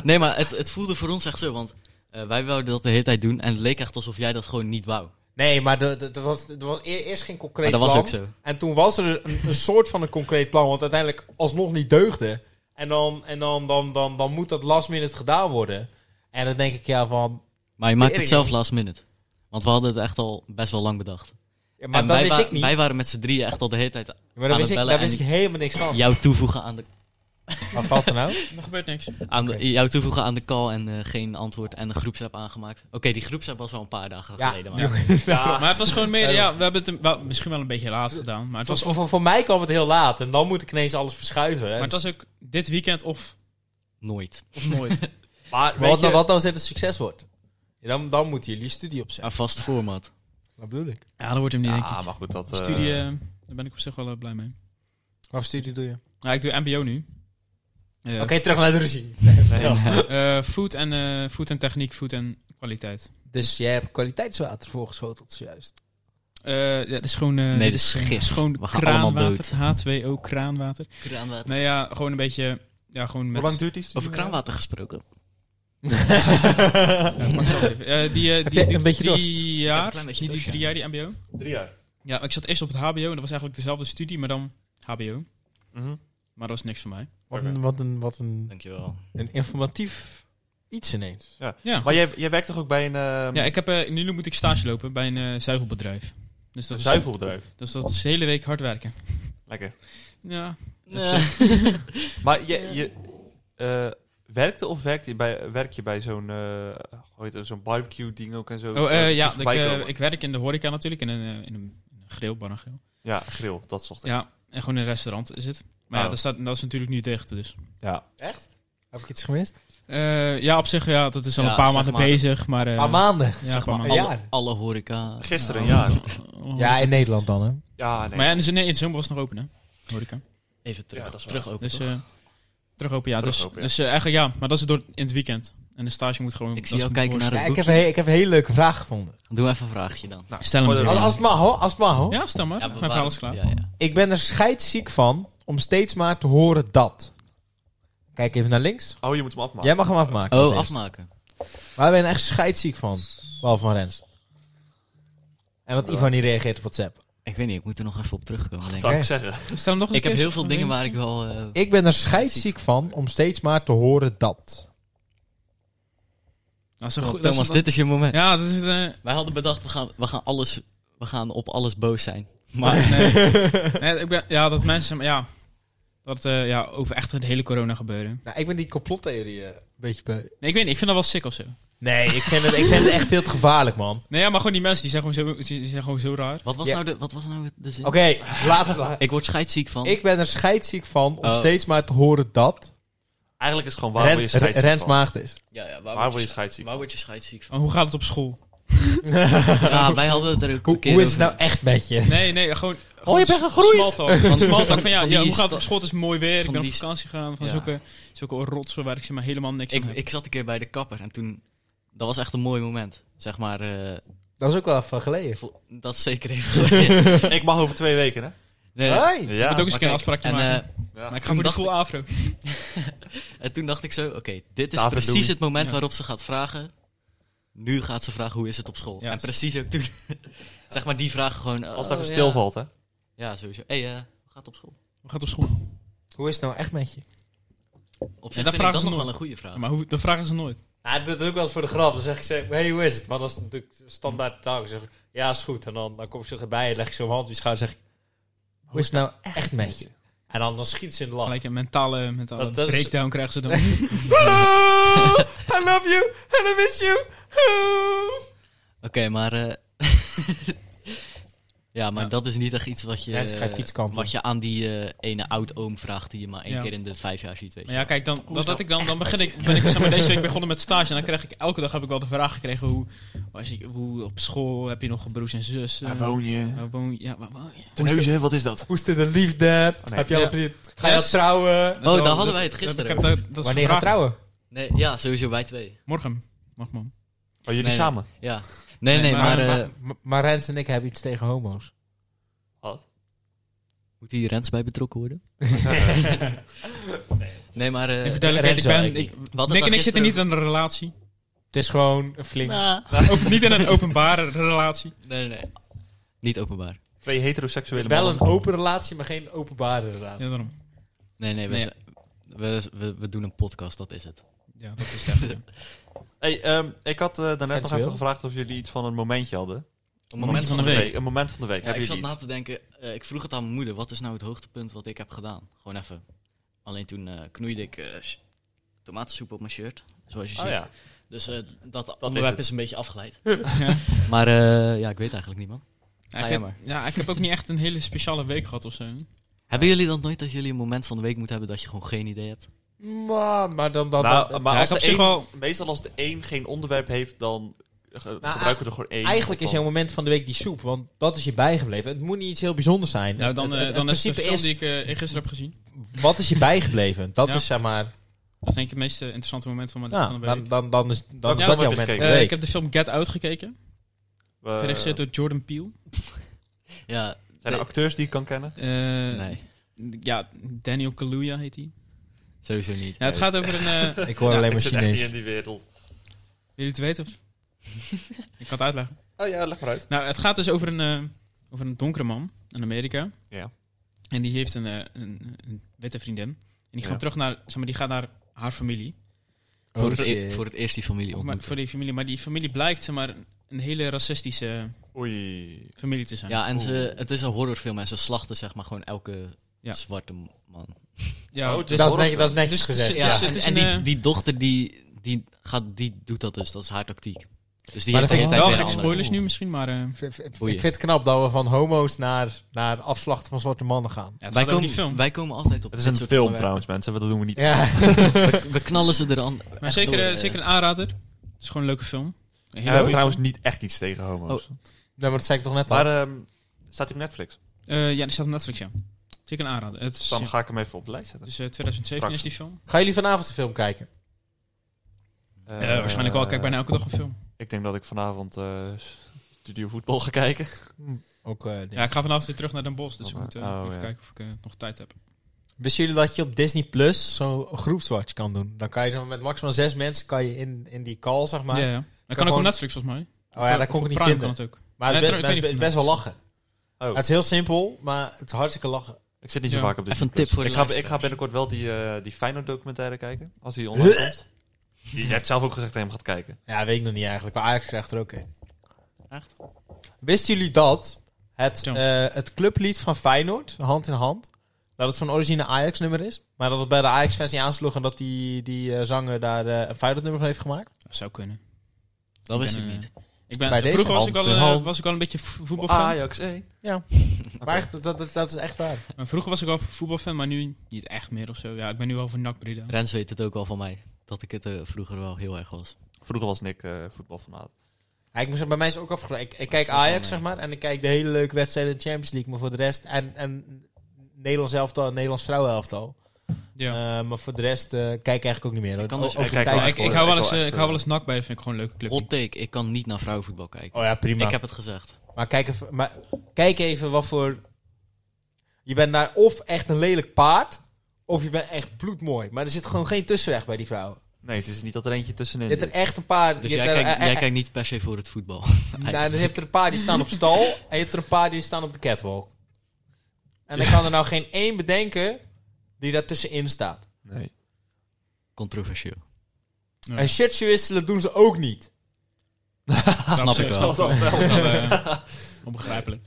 Nee, maar het, het voelde voor ons echt zo. Want eh, wij wilden dat de hele tijd doen. En het leek echt alsof jij dat gewoon niet wou.
Nee, maar er- er er was, er was e- eerst geen concreet
Maar dat was
plan.
ook zo.
En toen was er een, een soort van een concreet plan, wat uiteindelijk alsnog niet deugde. En dan, en dan, dan, dan, dan moet dat last minute gedaan worden. En dan denk ik, ja, van...
Maar je maakt het
Erik.
zelf last minute. Want we hadden het echt al best wel lang bedacht.
ja, maar
en
dat
wij,
wist
wa-
ik niet.
wij waren met z'n drieën echt al de hele tijd
maar daar
aan
wist,
het
ik,
bellen
daar
en
wist ik helemaal niks van.
jou toevoegen aan de,
Wat valt er nou?
Er gebeurt niks.
aan
Oké.
de, jou toevoegen aan de call en eh, geen antwoord. En de groepsapp aangemaakt. Oké, die groepsapp was wel een paar dagen
Ja,
geleden. Maar
Maar het was gewoon meer... Ja, we hebben het een- wel- misschien wel een beetje laat gedaan. Maar het
Voor-
was,
voor, voor, voor mij kwam het heel laat. En dan moet ik ineens alles verschuiven. Dus En
maar het was ook dit weekend of,
nooit.
of nooit.
Maar
Maar
weet
wat, nou,
je,
wat nou als dit een succes wordt? Ja, dan, dan moeten jullie studie
Een
opzetten.
vast format.
Wat bedoel ik?
Ja, dat wordt hem niet, denk ik.
Ja, maar goed, dat... eh,
Studie, eh, daar ben ik op zich wel eh, blij mee.
Wat studie doe je? Oké,
Ja, ik doe mbo nu. Eh,
terug naar de ruzie.
eh, food, en, eh, food en techniek, food en kwaliteit.
Dus jij hebt kwaliteitswater voorgeschoteld (laughs) zojuist.
Eh, ja, dat is gewoon... eh,
Nee,
dit
dat is
gewoon-
gif.
Gewoon
We gaan
kraanwater. H2O kraanwater.
Kraanwater.
Nee, ja, gewoon een beetje... Ja, gewoon met...
Hoe lang duurt die studie?
Over kraanwater gesproken.
Ja, ik pak ze wel even. Eh, die,
je
eh, die, duurt
een beetje
drie
dorst?
heb een
jaar. Niet
klein beetje
die drie jaar, die mbo?
Drie jaar.
Ja, ik zat eerst op het hbo en dat was eigenlijk dezelfde studie, maar dan hbo.
Mhm.
Maar dat was niks voor mij.
Wat een, wat een, wat een,
Dankjewel.
een informatief iets ineens.
Ja,
Maar jij, jij werkt toch ook bij een, eh,
ja ik heb, eh, nu moet ik stage lopen bij een eh, zuivelbedrijf. Dus dat,
een
is,
zuivelbedrijf?
dus dat is de hele week hard werken.
Lekker.
Ja,
Nee.
Maar je, je eh, werkte of werk je bij, werk je bij zo'n eh, hoe heet het, zo'n barbecue ding ook en zo?
oh, eh,
Eh,
ja
die
ik,
voorbij
eh,
komen?
ik werk in de horeca natuurlijk, in een, eh, in een grill, bar en grill.
Ja, grill, dat soort dingen.
Ja, en gewoon een restaurant is het. Maar ja,
Oh.
dat, staat, dat is natuurlijk nu dicht, dus.
Ja.
Echt? Heb ik iets gemist? Een
Eh, ja, op zich, ja, dat is al
Ja,
een paar
zeg
maanden
maar.
bezig, maar... eh,
paar maanden.
ja, zeg maar.
Een
al-
jaar.
Alle horeca.
Gisteren,
Ja,
ja.
al-
Ja, in Nederland dan, hè?
Ja, nee.
Maar ja, dus- in de, nee, in de zomer was het nog open, hè? Horeca.
Even terug,
Ja, dat is waar.
terug open.
Dus
toch?
eh, terug open, ja.
Terug
dus
open, ja.
dus eh, eigenlijk ja, maar dat is door in het weekend. En de stage moet gewoon...
Ik
dat
zie
is
jou
gewoon
kijken naar
door-
het
Ja, ik, heb,
boek.
een he- ik heb een hele leuke vraag gevonden.
Doe even een vraagje dan.
Nou,
Stel hem
voor de-
Ja.
Als, als het mag, hoor. Als het mag, hoor.
Ja, stel maar.
Ja,
Mijn
we
verhaal
waren-
is klaar.
Ja, ja.
Ik ben er scheidsziek van om steeds maar te horen dat. Kijk even naar links.
Oh, je moet hem afmaken.
Jij mag hem afmaken. als
Oh,
eerste.
afmaken.
Maar ik ben echt scheidsziek van. Behalve van Rens. En dat Ivan niet reageert op WhatsApp.
Ik weet niet, ik moet er nog even op terugkomen. Denk ik.
Zou ik zeggen.
Stel hem nog eens
ik
een
heb
keer,
heel veel
zo-
dingen
nee.
waar ik wel. eh,
Ik ben er scheidsziek van om steeds maar te horen dat.
Nou, zo
Wel,
goed, dat is
Oh, Thomas,
dan-
dit is je moment.
Ja, dat is... eh,
Wij hadden bedacht, we gaan, we, gaan alles, we gaan op alles boos zijn.
maar (laughs)
Maar
nee. nee, ik ben, ja, dat mensen... maar Ja, dat eh, ja, over echt het hele corona gebeuren.
Nou, ik ben die complottheorie eh, een beetje beu.
Nee, ik weet niet. Ik vind dat wel sick of zo.
Nee, ik vind, het, ik vind het echt veel te gevaarlijk, man. (laughs)
Nee, ja, maar gewoon die mensen, die zijn gewoon zo, die die zijn gewoon zo raar.
wat was,
Ja.
nou, de, wat was nou de zin?
Oké, laten we.
Ik word scheidsziek van.
Ik ben er scheidsziek van om
Oh.
steeds maar te horen dat
Eigenlijk is het gewoon waar wil
Ren,
je scheidsziek
Rens
van?
maagd is.
ja, ja,
Waar word je scheidsziek
waar
van?
word je
(laughs)
scheidsziek van?
Maar Oh, hoe gaat het op school?
Ja, wij hadden het er ook
Hoe,
een keer
hoe is het
over.
nou echt met je?
Nee, nee, gewoon...
Oh,
gewoon
je bent
s-
gegroeid.
Small talk. Van,
(laughs)
small talk van, ja,
Van die
ja, hoe gaat het
sta-
op school? Het is mooi weer, ik
van
ben op
die sta-
vakantie gegaan. Van
Ja.
zulke, zulke rotsen waar ik zeg maar helemaal niks aan
Ik,
heb.
ik zat een keer bij de kapper en toen... Dat was echt een mooi moment. Zeg maar, eh,
(laughs) Dat is ook wel even geleden. (laughs)
vo- dat is zeker even... geleden.
Ik mag over twee weken, hè?
Nee,
Ja,
Hey!
moet ook eens een
maar
keer
kijk,
een afspraakje
en,
maken.
eh,
ja.
maar ik ga
toen
voor de
dacht
full afro.
en toen dacht ik zo, oké, dit is
David
precies
Louis.
het moment
Ja.
waarop ze gaat vragen. Nu gaat ze vragen, hoe is het op school?
Ja,
en
s-
precies ook toen. (laughs) zeg maar, die vragen gewoon...
Als het
oh,
even
ja.
stilvalt, hè.
Ja, sowieso. Hé, hey, eh, hoe gaat het op school?
We gaan op school.
Hoe is het nou echt met je?
Op
Ja,
zich
dat
vind
vragen
ik dat
ze
nog
nooit.
wel een goede vraag.
Ja, maar hoe, dat vragen ze nooit.
Nou, ik doe het ook wel eens voor de grap. Dan zeg ik ze, hey, hoe is het? Maar dat is natuurlijk standaard taal. Ik zeg, ja, is goed. En dan, dan kom ik zo erbij en leg ik zo mijn hand op je schouder en zeg ik, hoe is het nou echt met je? En dan, dan schiet ze in de lach.
Gelijk een mentale, mentale
Dat- dat is-
breakdown krijgen ze dan.
(laughs) I love you and I miss you.
Oké, maar... eh, (laughs) ja, maar
Ja.
dat is niet echt iets wat je...
Ja, het is geen fietskant.
Wat je aan die eh, ene oud-oom vraagt die je maar één
Ja.
keer in de vijf jaar ziet, weet je.
Maar ja, kijk, dan,
is
dat had ik dan, dan begin ik, ben ik zeg maar, deze week begonnen met stage. En dan kreeg ik elke dag heb ik wel de vraag gekregen: hoe, was je, hoe op school heb je nog broers en zussen?
je?
Waar woon je? Ja, waar woon je?
Teneuzen, wat is dat?
Hoe is dit de liefde?
nee.
Heb je al
Ja.
een vriend? Ga je
Ja,
al
s-
trouwen?
Oh,
Zo,
daar hadden
dat-
wij het gisteren.
Ik heb dat, dat is
Wanneer ga je
gevraagd.
trouwen?
Nee, ja, sowieso wij twee.
Morgen. Mag man.
Oh, jullie
Nee,
samen?
Ja. Nee, nee,
Nee,
maar...
maar-
eh,
Maar, maar Rens en ik hebben iets tegen homo's.
Wat?
moet hier Rens bij betrokken worden? nee, maar... eh,
Even duidelijkheid, ik
Renzo
ben...
eigenlijk
Ik,
wat het
Nick en
dan
ik zitten
gisteren-
niet in een relatie.
Het is gewoon een flink.
Nou,
Ook niet in een openbare relatie.
Nee, nee, nee. Niet openbaar.
Twee heteroseksuele
Wel
mannen.
een open relatie, maar geen openbare relatie.
Ja, daarom.
Nee, nee, we,
Nee.
zijn- we, we, we doen een podcast, dat is het.
Ja, dat is echt. ja.
Hey, ehm, ik had eh, daarnet nog
Seksueel?
even gevraagd of jullie iets van een momentje hadden.
Een
moment van de week.
Een moment van de week.
Ja,
Hebben
ik zat
jullie
na
iets?
te denken, eh, ik vroeg het aan mijn moeder, wat is nou het hoogtepunt wat ik heb gedaan? Gewoon even. Alleen toen eh, knoeide ik eh, sh- tomatensoep op mijn shirt, zoals je
Oh
ziet.
ja.
Dus eh, dat,
het.
onderwerp is, een beetje (laughs) afgeleid.
Ja.
Maar eh, ja, ik weet eigenlijk niet, man.
Ja, ik
jammer.
heb, ja, ik heb ook niet echt een hele speciale week gehad of zo.
Hebben jullie dan nooit dat jullie een moment van de week moeten hebben dat je gewoon geen idee hebt?
Maar, maar dan, dan,
Nou,
dan-
maar
Ja,
als
ik heb
de
op zich
een-
wel...
Meestal als de een geen onderwerp heeft, dan eh, ge-
Nou,
gebruiken we er gewoon één.
Eigenlijk is
Of
jouw
dan-
moment van de week die soep, want dat is je bijgebleven. Het moet niet iets heel bijzonders zijn.
Nou, dan,
Het- het-
eh, dan
het
is het de
principe
film die ik eh, gisteren heb gezien.
is, wat is je bijgebleven? Dat
Ja.
is zeg maar,
Dat is denk ik het meest eh, interessante moment van mijn
nou,
van de
dan,
week.
dan, dan is, dan
Welke
is
film heb
dat jouw
je
moment van
gekeken?
de
Eh,
week.
ik heb de film Get Out gekeken.
We-
Geregisseerd door Jordan Peele.
Ja,
zijn er acteurs die ik kan kennen?
Eh,
nee,
Ja, Daniel Kaluuya heet hij.
sowieso niet.
Ja, het gaat over een...
(laughs)
eh,
Ik hoor
Ja,
alleen
ik
maar
zit echt niet in
Chinees.
die wereld.
Wil je het weten? Of? ik kan het uitleggen.
Oh ja, leg maar uit.
Nou, het gaat dus over een, eh, over een donkere man in Amerika.
Ja.
En die heeft een, eh, een, een witte vriendin. En die gaat
Ja.
terug naar, zeg maar, die gaat naar haar familie.
Oh,
voor, het, e-
shit.
voor het eerst die familie
Oh, Maar,
ontmoeten.
voor die familie. Maar die familie blijkt, zeg maar, een hele racistische
Oei.
familie te zijn.
Ja, en ze, het is een horrorfilm en ze slachten zeg maar gewoon elke
Ja.
zwarte man.
Ja,
Oh, dus-
Dat is netjes, dat is netjes
Dus-
gezegd.
dus-
ja.
dus-
en,
is
en
een,
die,
eh,
die dochter die, die, gaat, die doet dat dus, dat is haar tactiek. Dus die
Maar dat
heeft
vind ik
de hele
wel
tijd weer
gek
een
spoilers
andere-
nu misschien, maar... eh,
Ik vind- Ik
Boeien.
vind het knap dat we van homo's naar, naar afslachten van zwarte mannen gaan.
ja, het
Wij
gaat over
komen,
die film.
wij komen altijd op
Het is
dit
een
soort
film
onderwerpen.
trouwens, mensen. Dat doen we niet.
Ja, (laughs)
We, we knallen ze er aan.
Maar
echt
zeker,
door,
eh,
eh.
zeker een aanrader. Het is gewoon een leuke film.
En we hebben trouwens niet echt iets tegen homo's.
Nou, maar dat zei ik toch net al.
Maar ehm, staat hij op Netflix?
Eh, ja, die staat op Netflix, ja. Zeker een aanrader. Het is,
Dan
Dus, ja,
ga ik hem even op de lijst zetten.
dus, eh, 2017 is
Straks.
die film.
Gaan jullie vanavond de film kijken?
Eh,
Eh, waarschijnlijk wel. Ik kijk bijna elke dag een film.
Ik denk dat ik vanavond eh, studio voetbal ga kijken.
Ook,
Ja, ik ga vanavond weer terug naar Den Bosch, dus ik
Oh,
moet eh,
oh,
even
ja.
kijken of ik eh, nog tijd heb.
Wisten jullie dat je op Disney Plus zo'n groepswatch kan doen? Dan kan je zo met maximaal zes mensen kan je in, in die call, zeg maar.
ja, ja. Dat kan ook
gewoon-
op Netflix volgens mij.
Oh ja, dat kon ik niet
Prime
vinden.
kan het ook.
Maar het is
Nee,
best,
trouw- ik weet
best-
niet
best wel lachen.
Oh.
Het is heel simpel, maar het is hartstikke lachen.
Ik zit niet zo
Ja.
vaak op dit
Even een tip voor de
ik ga, ik
luisteraars.
ga binnenkort wel die, eh die Feyenoord documentaire kijken. Als die online komt. Je hebt zelf ook gezegd dat je hem gaat kijken.
Ja, weet ik nog niet eigenlijk. Maar Ajax krijgt er ook een.
Echt?
Wisten jullie dat het,
Zo.
eh, het clublied van Feyenoord, Hand in Hand, dat het van origine Ajax-nummer is? Maar dat het bij de Ajax-fans niet aansloeg en dat die, die eh, zanger daar eh, een Feyenoord-nummer van heeft
(laughs)
gemaakt?
Dat zou kunnen.
Dat wist
ben,
ik
eh,
niet.
Ik ben,
Bij deze
vroeger was ik,
hand
al,
in
eh,
hand. Ah,
was ik al een beetje v- voetbalfan.
Ajax 1.
Maar echt, dat, dat, dat is echt waar.
Maar Vroeger was ik al voetbalfan, maar nu niet echt meer of zo. Ja, ik ben nu wel van NAC Breda.
Rens weet het ook al van mij. Dat ik het eh, vroeger wel heel erg was.
Vroeger was Nick eh voetbalfanaat.
Ja, ik moest, bij mij is het ook afgeleid. Ik, ik kijk
Dat is wel
Ajax,
mee.
zeg maar, en ik kijk de hele leuke wedstrijden in de Champions League. Maar voor de rest, en, en Nederlands elftal en Nederlands vrouwenelftal.
Ja.
Eh, maar voor de rest eh, kijk ik eigenlijk ook niet meer. Hoor.
kan dus-
ik
Ook de
kijk
tijd
wel echt
Ja, ik,
daarvoor.
ik hou wel
ik
eens,
wil
eh,
echt,
ik hou wel
eh,
eens NAC bij, dat vind ik gewoon een leuke club.
Hot take, ik kan niet naar vrouwenvoetbal kijken.
Oh ja, prima.
Ik heb het gezegd.
Maar, kijk even, maar kijk even wat voor... Je bent daar of echt een lelijk paard, of je bent echt bloedmooi. Maar er zit gewoon geen tussenweg bij die vrouw.
Nee, het is niet dat er eentje tussenin
Je hebt er
zit.
echt een paar...
Dus
je
jij,
hebt er-
kijkt,
eh,
jij
eh,
kijkt niet per se voor het voetbal. (laughs)
nou, dan heb je er een paar die staan op stal en je hebt er een paar die staan op de catwalk. En dan kan er nou geen één bedenken die daar tussenin staat.
Nee.
Controversieel.
(laughs)
Ja.
En shirtje wisselen doen ze ook niet.
Snap ik wel.
Dat was
eh,
(laughs)
wel.
Onbegrijpelijk.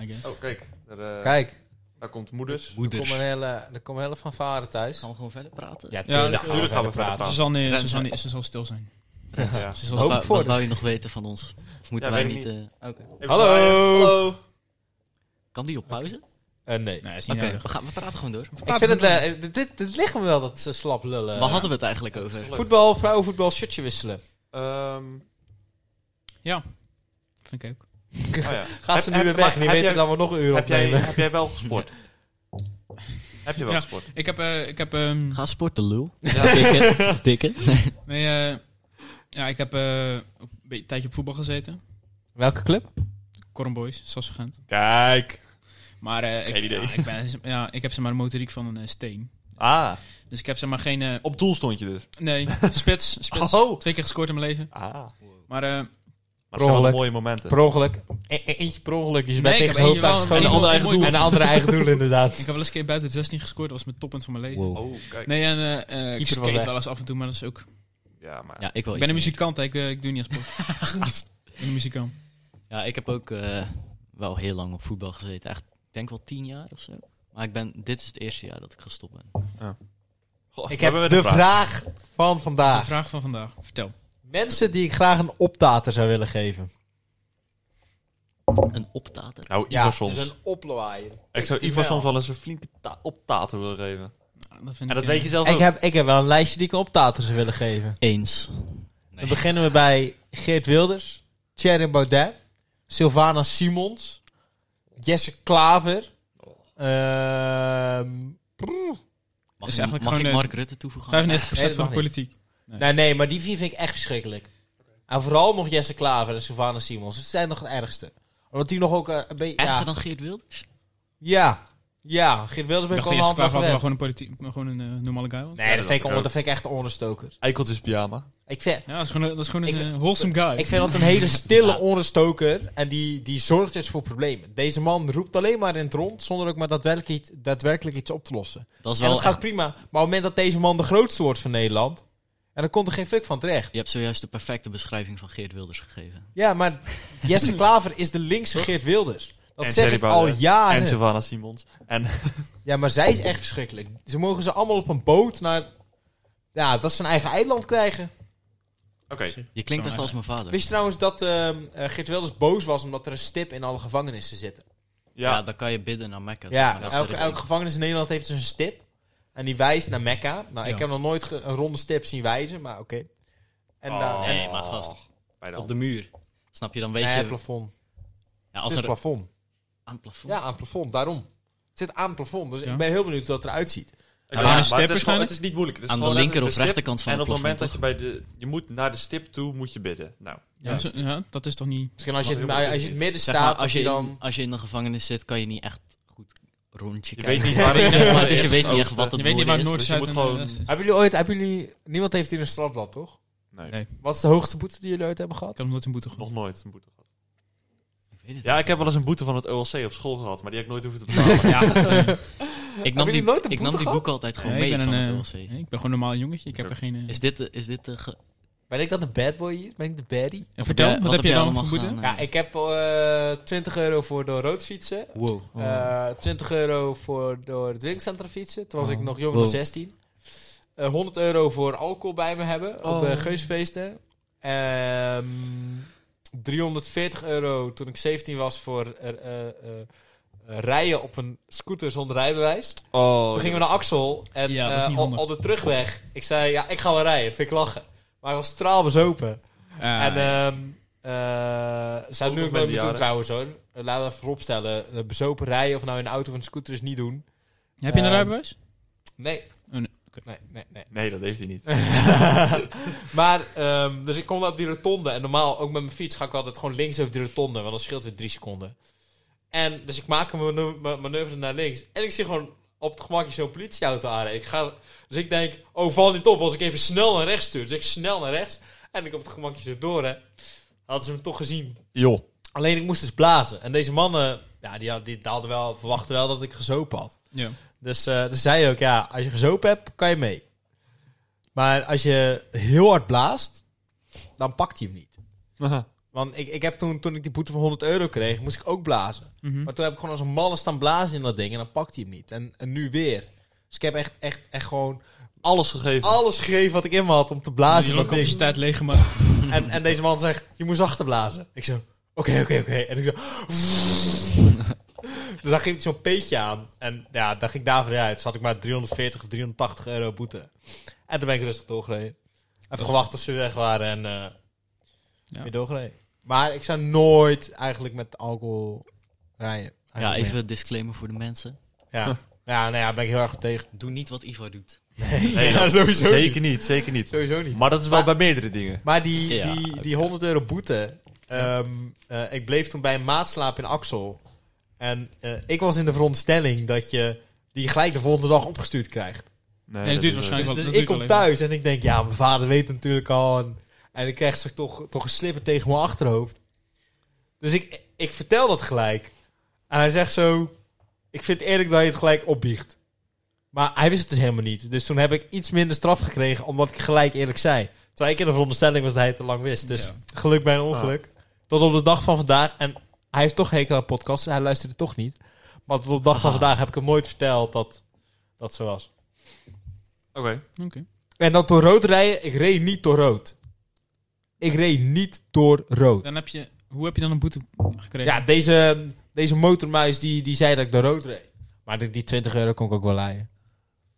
I guess.
Oh, kijk. Daar, eh,
Kijk,
daar komt moeders.
er
Moeders.
komen een hele, er komen een hele fanfare thuis.
Gaan we gewoon verder praten?
tuurlijk
dat
gaan we verder praten.
Ze, zal, niet-
Rens,
ze, zal,
hè?
niet- ze zal stil zijn.
Ja. Ja.
Ze zal
Dus Wat,
Hoop
wou-
ik voor
wat
de-
wou je nog weten van ons? Of moeten
Ja,
wij
weet ik
niet... eh, oké.
Even
Hallo.
zwaaien. Hallo.
Kan die op pauze? Oké,
Eh, nee.
Nee, is niet nodig.
we, gaan, we praten gewoon door.
Ik vind het, eh, dit, dit ligt me wel, dat ze slap lullen.
Waar hadden we het eigenlijk over?
Leuk.
Voetbal, vrouwenvoetbal, shirtje wisselen. (laughs)
Ehm,
Vind ik ook.
oh ja.
Gaan ze
Heb-
nu
heb-
weer weg,
maar
nu
heb
weten
jij-
dat we nog een uur
Heb jij,
opnemen.
heb jij wel
(laughs)
gesport? heb je wel
Ja.
gesport?
Ik heb... eh, ik heb ehm,
Ga sporten, lul.
Ja.
Dikke. Dikke.
nee, eh, ja, ik heb eh, op- een beetje- een tijdje op voetbal gezeten.
Welke club?
Corum Boys, zoals ze gaan.
Kijk.
Maar eh, ik,
Geen idee.
Ja, ik, ben, ja, ik heb zeg maar de motoriek van een eh, steen.
Ah,
Dus ik heb zeg maar geen... eh,
op doel stond je dus.
nee, spits. spits
Oh.
Twee keer gescoord in mijn leven.
Ah.
Maar eh
Maar dat zijn wel
Ongeluk.
mooie momenten.
Per ongeluk. E- e- eentje per ongeluk. Je
Nee,
bent
ik
tegen
heb
zijn hoofd
eentje wel
aangeschoten.
een-
En de andere eigen
mooi-
doel. En de andere eigen doel, (laughs) inderdaad.
ik heb wel eens een keer buiten de 16 gescoord. Dat was mijn toppunt van mijn leven.
Wow.
Oh, kijk.
Nee, en eh, eh, ik
Keeper was
skate
weg.
wel eens af en toe, maar dat is ook...
Ja, maar...
Ja, ik wel.
Ik ben een
iets
muzikant, hè. ik, eh, ik doe niet aan sport. ik ben een muzikant.
meer. Ja, ik heb ook eh, wel heel lang op voetbal gezeten. Echt, ik denk wel tien jaar of zo. Maar ik ben, dit is het eerste jaar dat ik gestopt ben.
Goh,
Ik
hebben
heb
we
de vraag van
De
vandaag.
vraag van vandaag. Vertel. Ah,
Mensen die ik graag een optater zou willen geven.
Een optater.
Nou, Ivo
Ja,
soms.
dus een oplaaier.
Ik zou Ivo soms wel eens een flinke ta- optater willen geven.
Nou, vind
En dat
ik, eh,
weet je zelf
Ik
ook.
heb, ik heb wel een lijstje die ik een optater zou willen geven.
Eens.
Dan beginnen we bij Geert Wilders, Thierry Baudet, Sylvana Simons, Jesse Klaver. ehm,
Mag,
Dus
ik,
eigenlijk
mag ik
gewoon, eh,
Mark Rutte toevoegen?
95%
Nee, dat
van
mag
de politiek.
Nee, nou, nee, maar die vier vind ik echt verschrikkelijk. En vooral nog Jesse Klaver en Sylvana Simons. Het zijn nog het ergste. Omdat die nog ook eh, een beetje...
Erger
Ja,
dan Geert Wilders?
ja, ja, Geert Wilders ben ik
Ik dacht
gewoon een
eerst
hand
dat
wel
wel
gewend.
gewoon een, politie- maar gewoon een eh, normale guy was.
Nee, dat vind, ik,
dat
on-
ook.
dat vind ik echt een onruststoker.
Eikeltjes pyjama.
Ik vind,
Ja, dat is gewoon, een- dat is gewoon een
Ik-
eh, wholesome guy.
ik vind dat een hele stille onruststoker. En die, die zorgt dus voor problemen. Deze man roept alleen maar in het rond zonder ook maar daadwerkelijk iets, daadwerkelijk iets op te lossen.
Dat is
en
wel
dat gaat
echt-
prima. Maar op het moment dat deze man de grootste wordt van Nederland... En dan komt er geen fuck van terecht.
Je hebt zojuist de perfecte beschrijving van Geert Wilders gegeven.
Ja, maar Jesse Klaver is de linkse Geert Wilders. Dat
En
zeg
Thierry
ik al
Baudet.
jaren.
en Savannah Simons. En
Ja, maar zij is echt verschrikkelijk. Ze mogen ze allemaal op een boot naar... Ja, dat ze een eigen eiland krijgen.
Oké.
Je klinkt echt als mijn vader.
Wist je trouwens dat ehm, eh, Geert Wilders boos was omdat er een stip in alle gevangenissen zit?
Ja.
Ja.
dan kan je bidden naar Mekka.
Ja,
Maar dat is
elke,
er
elke gevangenis in Nederland heeft dus een stip. En die wijst naar Mekka. Nou, ik
Ja.
heb nog nooit ge- een ronde stip zien wijzen, maar oké. En
Oh.
dan... en-
Nee, maar gast.
Bijna.
Op de muur. Snap je, dan weet
nee,
je...
plafond.
ja,
Het
als
is
er
plafond.
aan het plafond...
Ja, aan het plafond, daarom. Het zit aan het plafond, dus
Ja.
ik ben heel benieuwd hoe dat eruit ziet.
Ik
Ja,
weet
aan
het,
de
maar
stip
het, is gewoon,
waarschijnlijk?
het is niet moeilijk. Het is
aan de
gewoon
linker
letterlijk
of
de stip.
rechterkant van
En op
het
het moment
plafond.
dat je bij de... Je moet naar de stip toe, moet je bidden. Nou.
Ja, zo- ja, dat is toch niet...
Misschien als je,
Wat
het,
heel
maar
goed
als je
is.
het midden
Zeg
staat,
maar, als je, in,
dan...
als je in de gevangenis zit, kan je niet echt goed rondje
Je
kijken.
weet niet waar het
Zeg maar,
is.
dus je weet niet echt wat het
Je weet niet
woord
waar
is.
Noord,
dus je
Zuid
moet
en
gewoon-
West is.
Hebben jullie ooit... Hebben jullie, niemand heeft hier een strafblad, toch?
Nee.
Nee.
Wat is de hoogste boete die jullie ooit hebben
Ik
gehad?
heb hem nooit in boete gehad.
Nog nooit een boete gehad.
Ik weet het
Ja, ik heb wel eens een boete van het OLC op school gehad, maar die heb ik nooit hoeven te betalen. ja.
niet. Ik nam
jullie
die,
nooit een
ik
boete
nam die
gehad?
boeken altijd gewoon
Nee,
mee
ik ben
van
een,
het
eh,
OLC.
Nee, ik ben gewoon een normaal jongetje. Ik heb er geen... eh,
Is dit, de- is dit de... ge-
Ben ik dan de bad boy hier? Ben ik de baddie?
ja, vertel,
Ja,
wat, heb je dan
allemaal
voor boete?
gedaan?
Ja, ik heb eh 20 euro voor door rood fietsen.
Wow.
Eh, 20 euro voor door het winkelcentrum fietsen. Toen was ik nog jonger
Wow.
dan 16. Eh, 100 euro voor alcohol bij me hebben op de
Oh.
geusfeesten. Ehm 340 euro toen ik 17 was voor eh, eh, eh, rijden op een scooter zonder rijbewijs.
(laughs) Oh,
Toen gingen we naar Axel en
Ja, dat is
eh,
niet
al,
handig.
al de terugweg. Ik zei, ja, ik ga wel rijden. Vind ik lachen. Maar hij was straalbezopen.
Ah,
en ehm eh, zou
Ook
nu
nog met die
ook nooit meer doen
jaren.
trouwens hoor. Eh, Laten we even vooropstellen. eh, Bezopen rijden of nou in de auto van de scooter is niet doen.
Heb je een
Ehm,
rijbewijs?
Nee.
Oh, nee.
Nee, nee, nee. (laughs)
Nee, dat heeft hij niet.
maar, ehm, dus ik kom daar op die rotonde. En normaal, ook met mijn fiets, ga ik altijd gewoon links over die rotonde. Want dan scheelt weer drie seconden. En dus ik maak een manu- ma- manoeuvre naar links. En ik zie gewoon op het gemakje zo'n politieauto aanrijden. Ik ga, dus ik denk, oh, val niet op als ik even snel naar rechts stuur. Dus ik snel naar rechts. En ik op het gemakje zo door, hè. Hadden ze hem toch gezien.
(laughs) Joh.
Alleen ik moest dus blazen. En deze mannen, ja, die, had- die hadden wel, verwachten wel dat ik gezopen had.
Ja.
Dus eh ze zei ook, ja, als je gezopen hebt, kan je mee. Maar als je heel hard blaast, dan pakt hij hem niet. Want ik, ik heb toen, toen ik die boete van 100 euro kreeg, moest ik ook blazen.
Mhm.
Maar toen heb ik gewoon als een malle staan blazen in dat ding en dan pakt hij hem niet. En, en nu weer. Dus ik heb echt, echt, echt gewoon
Alles gegeven.
alles gegeven wat ik in me had om te blazen in
je
dat ding.
capaciteit leeggemaakt.
En, en deze man zegt, je moest achterblazen. Ik zo, oké, oké, oké. En ik zo... (laughs) dus dan geef ik zo'n peetje aan. En ja, dan ging ik daarvan uit. Dus had ik maar 340 of 380 euro boete. En toen ben ik rustig doorgereden. Even gewacht tot ze weg waren en eh,
Ja.
weer doorgereden. Maar ik zou nooit eigenlijk met alcohol rijden.
Ja,
Eigenlijk
even een disclaimer voor de mensen.
meer. Ja. ja, nou ja, daar ben ik heel erg op tegen.
Doe niet wat Ivo doet.
Nee,
(laughs) Ja,
dat-
sowieso
Zeker niet, zeker niet.
Sowieso niet.
Maar dat is wel bij meerdere dingen.
Maar die,
Ja,
die, die 100 euro boete. ehm, eh, ik bleef toen bij een maat slapen in Axel. En eh, ik was in de veronderstelling dat je die gelijk de volgende dag opgestuurd krijgt.
Nee, dat
is-
duurt waarschijnlijk wel.
Dus
dat
ik
duurt wel
kom
even.
thuis en ik denk, ja, mijn vader weet het natuurlijk al. En, en ik krijg zich toch, toch een slipper tegen mijn achterhoofd. Dus ik, ik vertel dat gelijk. En hij zegt zo, ik vind eerlijk dat je het gelijk opbiecht. Maar hij wist het dus helemaal niet. Dus toen heb ik iets minder straf gekregen, omdat ik gelijk eerlijk zei. Terwijl ik in de veronderstelling was dat hij het te lang wist. Dus geluk bij een ongeluk. Tot op de dag van vandaag. En hij heeft toch hekel aan podcasts. Hij luisterde toch niet. Maar tot op de dag van
Aha.
vandaag heb ik hem nooit verteld dat dat zo was.
Oké.
Oké.
En dat door rood rijden, ik reed niet door rood. Ik reed niet door rood.
Dan heb je, hoe heb je dan een boete gekregen?
Ja, deze, deze motormuis die, die zei dat ik door rood reed. Maar die- die 20 euro kon ik ook wel laaien.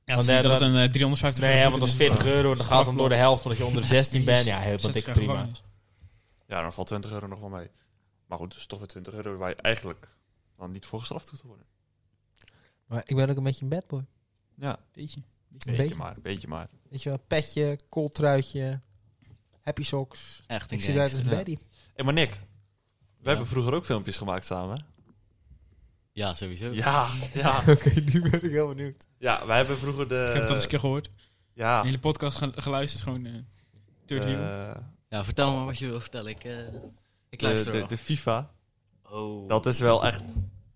Ja, het
want,
is
eh,
niet dat het een eh, 350
Nee,
euro
want dat is
boete
40 euro en dan gaat hem door de helft omdat je onder de 16
Nee,
bent. Ja, heel wat
zet
ik
elkaar
prima.
gevangenis.
Ja, dan valt 20 euro nog wel mee. Maar goed, dus toch weer 20 euro waar je eigenlijk dan niet voor gestraft hoeft te worden.
Maar ik ben ook een beetje een badboy.
Ja,
Beetje.
Een
beetje
beetje.
maar, beetje maar.
Weet je wel, petje, kooltruitje, happy socks.
Echt een
Ik zie eruit als
gangster.
een
ja.
baddie.
Hé, maar Nick, we
Ja.
hebben vroeger ook filmpjes gemaakt samen. hè?
Ja, sowieso.
Ja, ja.
(laughs) Oké, nu ben ik heel benieuwd.
Ja, wij hebben vroeger de...
Ik heb dat eens een keer
Eh,
gehoord.
Ja.
De hele podcast ge- geluisterd, gewoon eh third
eh,
wheel.
Ja, vertel maar wat je wil vertellen. Ik, eh, ik
de,
luister
de,
wel.
de FIFA.
Oh.
Dat is wel echt...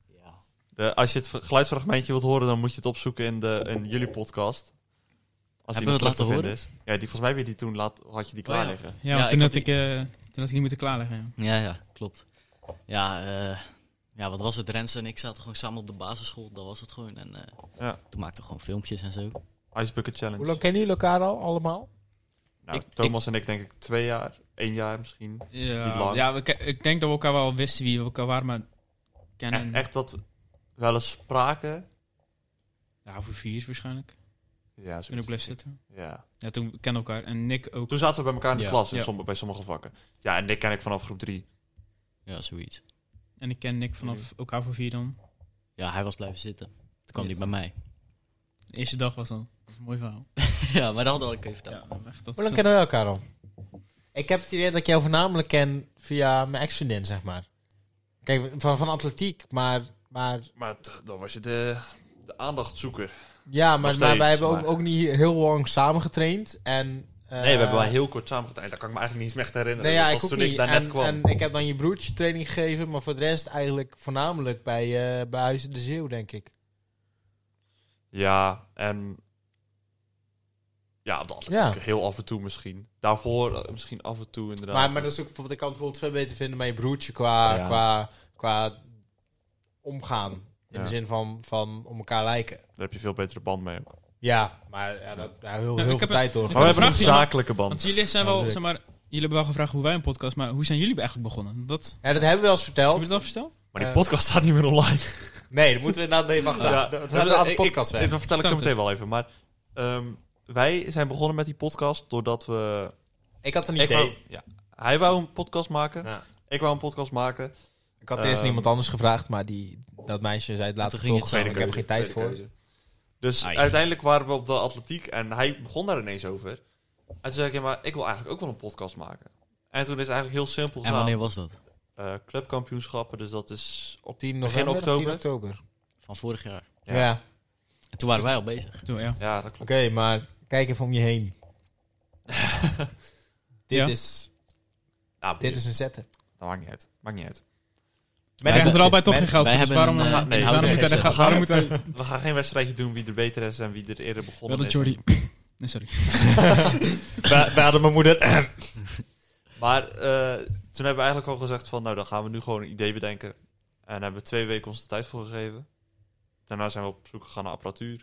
Ja.
De, als je het v- geluidsfragmentje wilt horen, dan moet je het opzoeken in, de, in jullie podcast. Als
Hebben we het
nog terug
laten
te vinden
horen?
Is. Ja, die, volgens mij heb je die toen laat, had je die
Oh, ja.
klaar liggen.
Ja,
Ja,
want toen
ik
had
had
ik, eh, toen had ik niet moeten klaarleggen. ja.
Ja, ja, klopt. Ja, eh, ja, wat was het? Rens en ik zaten gewoon samen op de basisschool. Dat was het gewoon. En eh,
Ja.
toen maakten we gewoon filmpjes en zo.
Ice Bucket Challenge.
Hoe lang kennen jullie elkaar al allemaal?
Nou,
Ik-
Thomas en ik denk ik twee jaar, één jaar misschien. Niet
Ja,
lang.
ja we ke- ik denk dat we elkaar wel wisten wie we elkaar waren, maar kennen.
Echt, echt dat we wel eens spraken.
Ja, voor vier waarschijnlijk.
Ja,
Toen ik bleef zitten.
ja.
Ja, toen kennen we elkaar. En Nick ook.
Toen zaten we bij elkaar in de
Ja.
klas, in
Ja.
sommige- bij sommige vakken. Ja, en Nick ken ik vanaf groep drie.
Ja, zoiets.
En ik ken Nick vanaf elkaar voor vier dan.
Ja, hij was blijven zitten. Toen kwam hij
Yes.
bij mij. (laughs)
De eerste dag was dan. Dat is een mooi verhaal.
ja, maar dat hadden we al een keer verteld.
Ja, echt, dat
Hoe lang kennen we elkaar al? Ik heb het idee dat ik jou voornamelijk ken via mijn ex-vriendin, zeg maar. Kijk, van, van atletiek, maar, maar
Maar t- dan was je de, de aandachtzoeker.
ja, maar,
Nog
maar wij
steeds,
hebben ook,
maar-
ook niet heel lang samen getraind. En, eh,
nee, we hebben wel heel kort samengetraind. Daar kan ik me eigenlijk niet eens meer echt herinneren.
Nee, ja,
Dat
ik
was
ook
toen
niet.
ik daar
en,
net kwam.
en ik heb dan je broertje training gegeven, maar voor de rest eigenlijk voornamelijk bij, eh, bij Huizen de Zeeuw, denk ik.
Ja, en... Ja, dat
Ja.
heel af en toe misschien. Daarvoor eh, misschien af en toe inderdaad.
Maar, maar dat is ook bijvoorbeeld, ik kan het bijvoorbeeld veel beter vinden bij je broertje qua,
Ja.
qua, qua omgaan. In
Ja.
de zin van, van om elkaar lijken.
Daar heb je veel betere band mee ook.
Ja, maar ja, dat, daar heel,
Nou,
heel veel
ik heb
tijd door.
ik
Maar we hebben een
vraag die-
zakelijke band.
Want jullie zijn
Ja,
wel,
leuk.
zeg maar, jullie hebben wel gevraagd hoe wij een podcast, maar hoe zijn jullie eigenlijk begonnen? Dat,
Ja, dat hebben we wel eens
heb je
verteld.
dat verteld?
Maar die
eh,
podcast staat niet meer online.
Nee, dat moeten we inderdaad... Nee, wacht.
Ja.
nou, dat we hebben we aan de
Ik-
podcast
ik- (laughs)
weg.
Dat vertel ik zo
Vertel
meteen wel even. Maar ehm, wij zijn begonnen met die podcast doordat we...
Ik had een
Ik wou-
idee.
ja, hij wou een podcast maken.
Ja.
Ik wou een podcast maken.
Ik had eerst
Ehm,
iemand anders gevraagd, maar die, dat meisje zei het later
toen ging
toch.
het samen.
Ik heb er geen tijd
Tweede
voor.
keuze. Dus
Ai.
uiteindelijk waren we op de atletiek en hij begon daar ineens over. En toen zei ik, ja, maar ik wil eigenlijk ook wel een podcast maken. En toen is het eigenlijk heel simpel
En
gegaan.
wanneer was dat?
eh, clubkampioenschappen. Dus dat is ook
10
Begin
november,
oktober.
10 oktober.
Van vorig jaar.
Ja.
Ja,
En toen waren wij al bezig.
Doe, ja.
Ja, dat
oké,
klopt.
maar kijk even om je heen. dit,
Ja.
is,
Nou,
dit is een zetter.
Dat maakt niet uit. Maakt niet uit.
Wij
hebben-
krijgen er allebei toch
wij-
geen geld
wij
voor, dus
hebben
waarom
een,
eh,
eh, nee,
dus
houden
waarom moeten wij
we
er- waarom moeten
We
wij...
gaan geen wedstrijdje doen wie er beter is en wie er eerder begonnen
Wel
is.
dat Jordi... Nee, sorry.
We, hadden mijn moeder... (laughs)
Maar eh, toen hebben we eigenlijk al gezegd van, nou dan gaan we nu gewoon een idee bedenken. En daar hebben we twee weken onze tijd voor gegeven. Daarna zijn we op zoek gegaan naar apparatuur.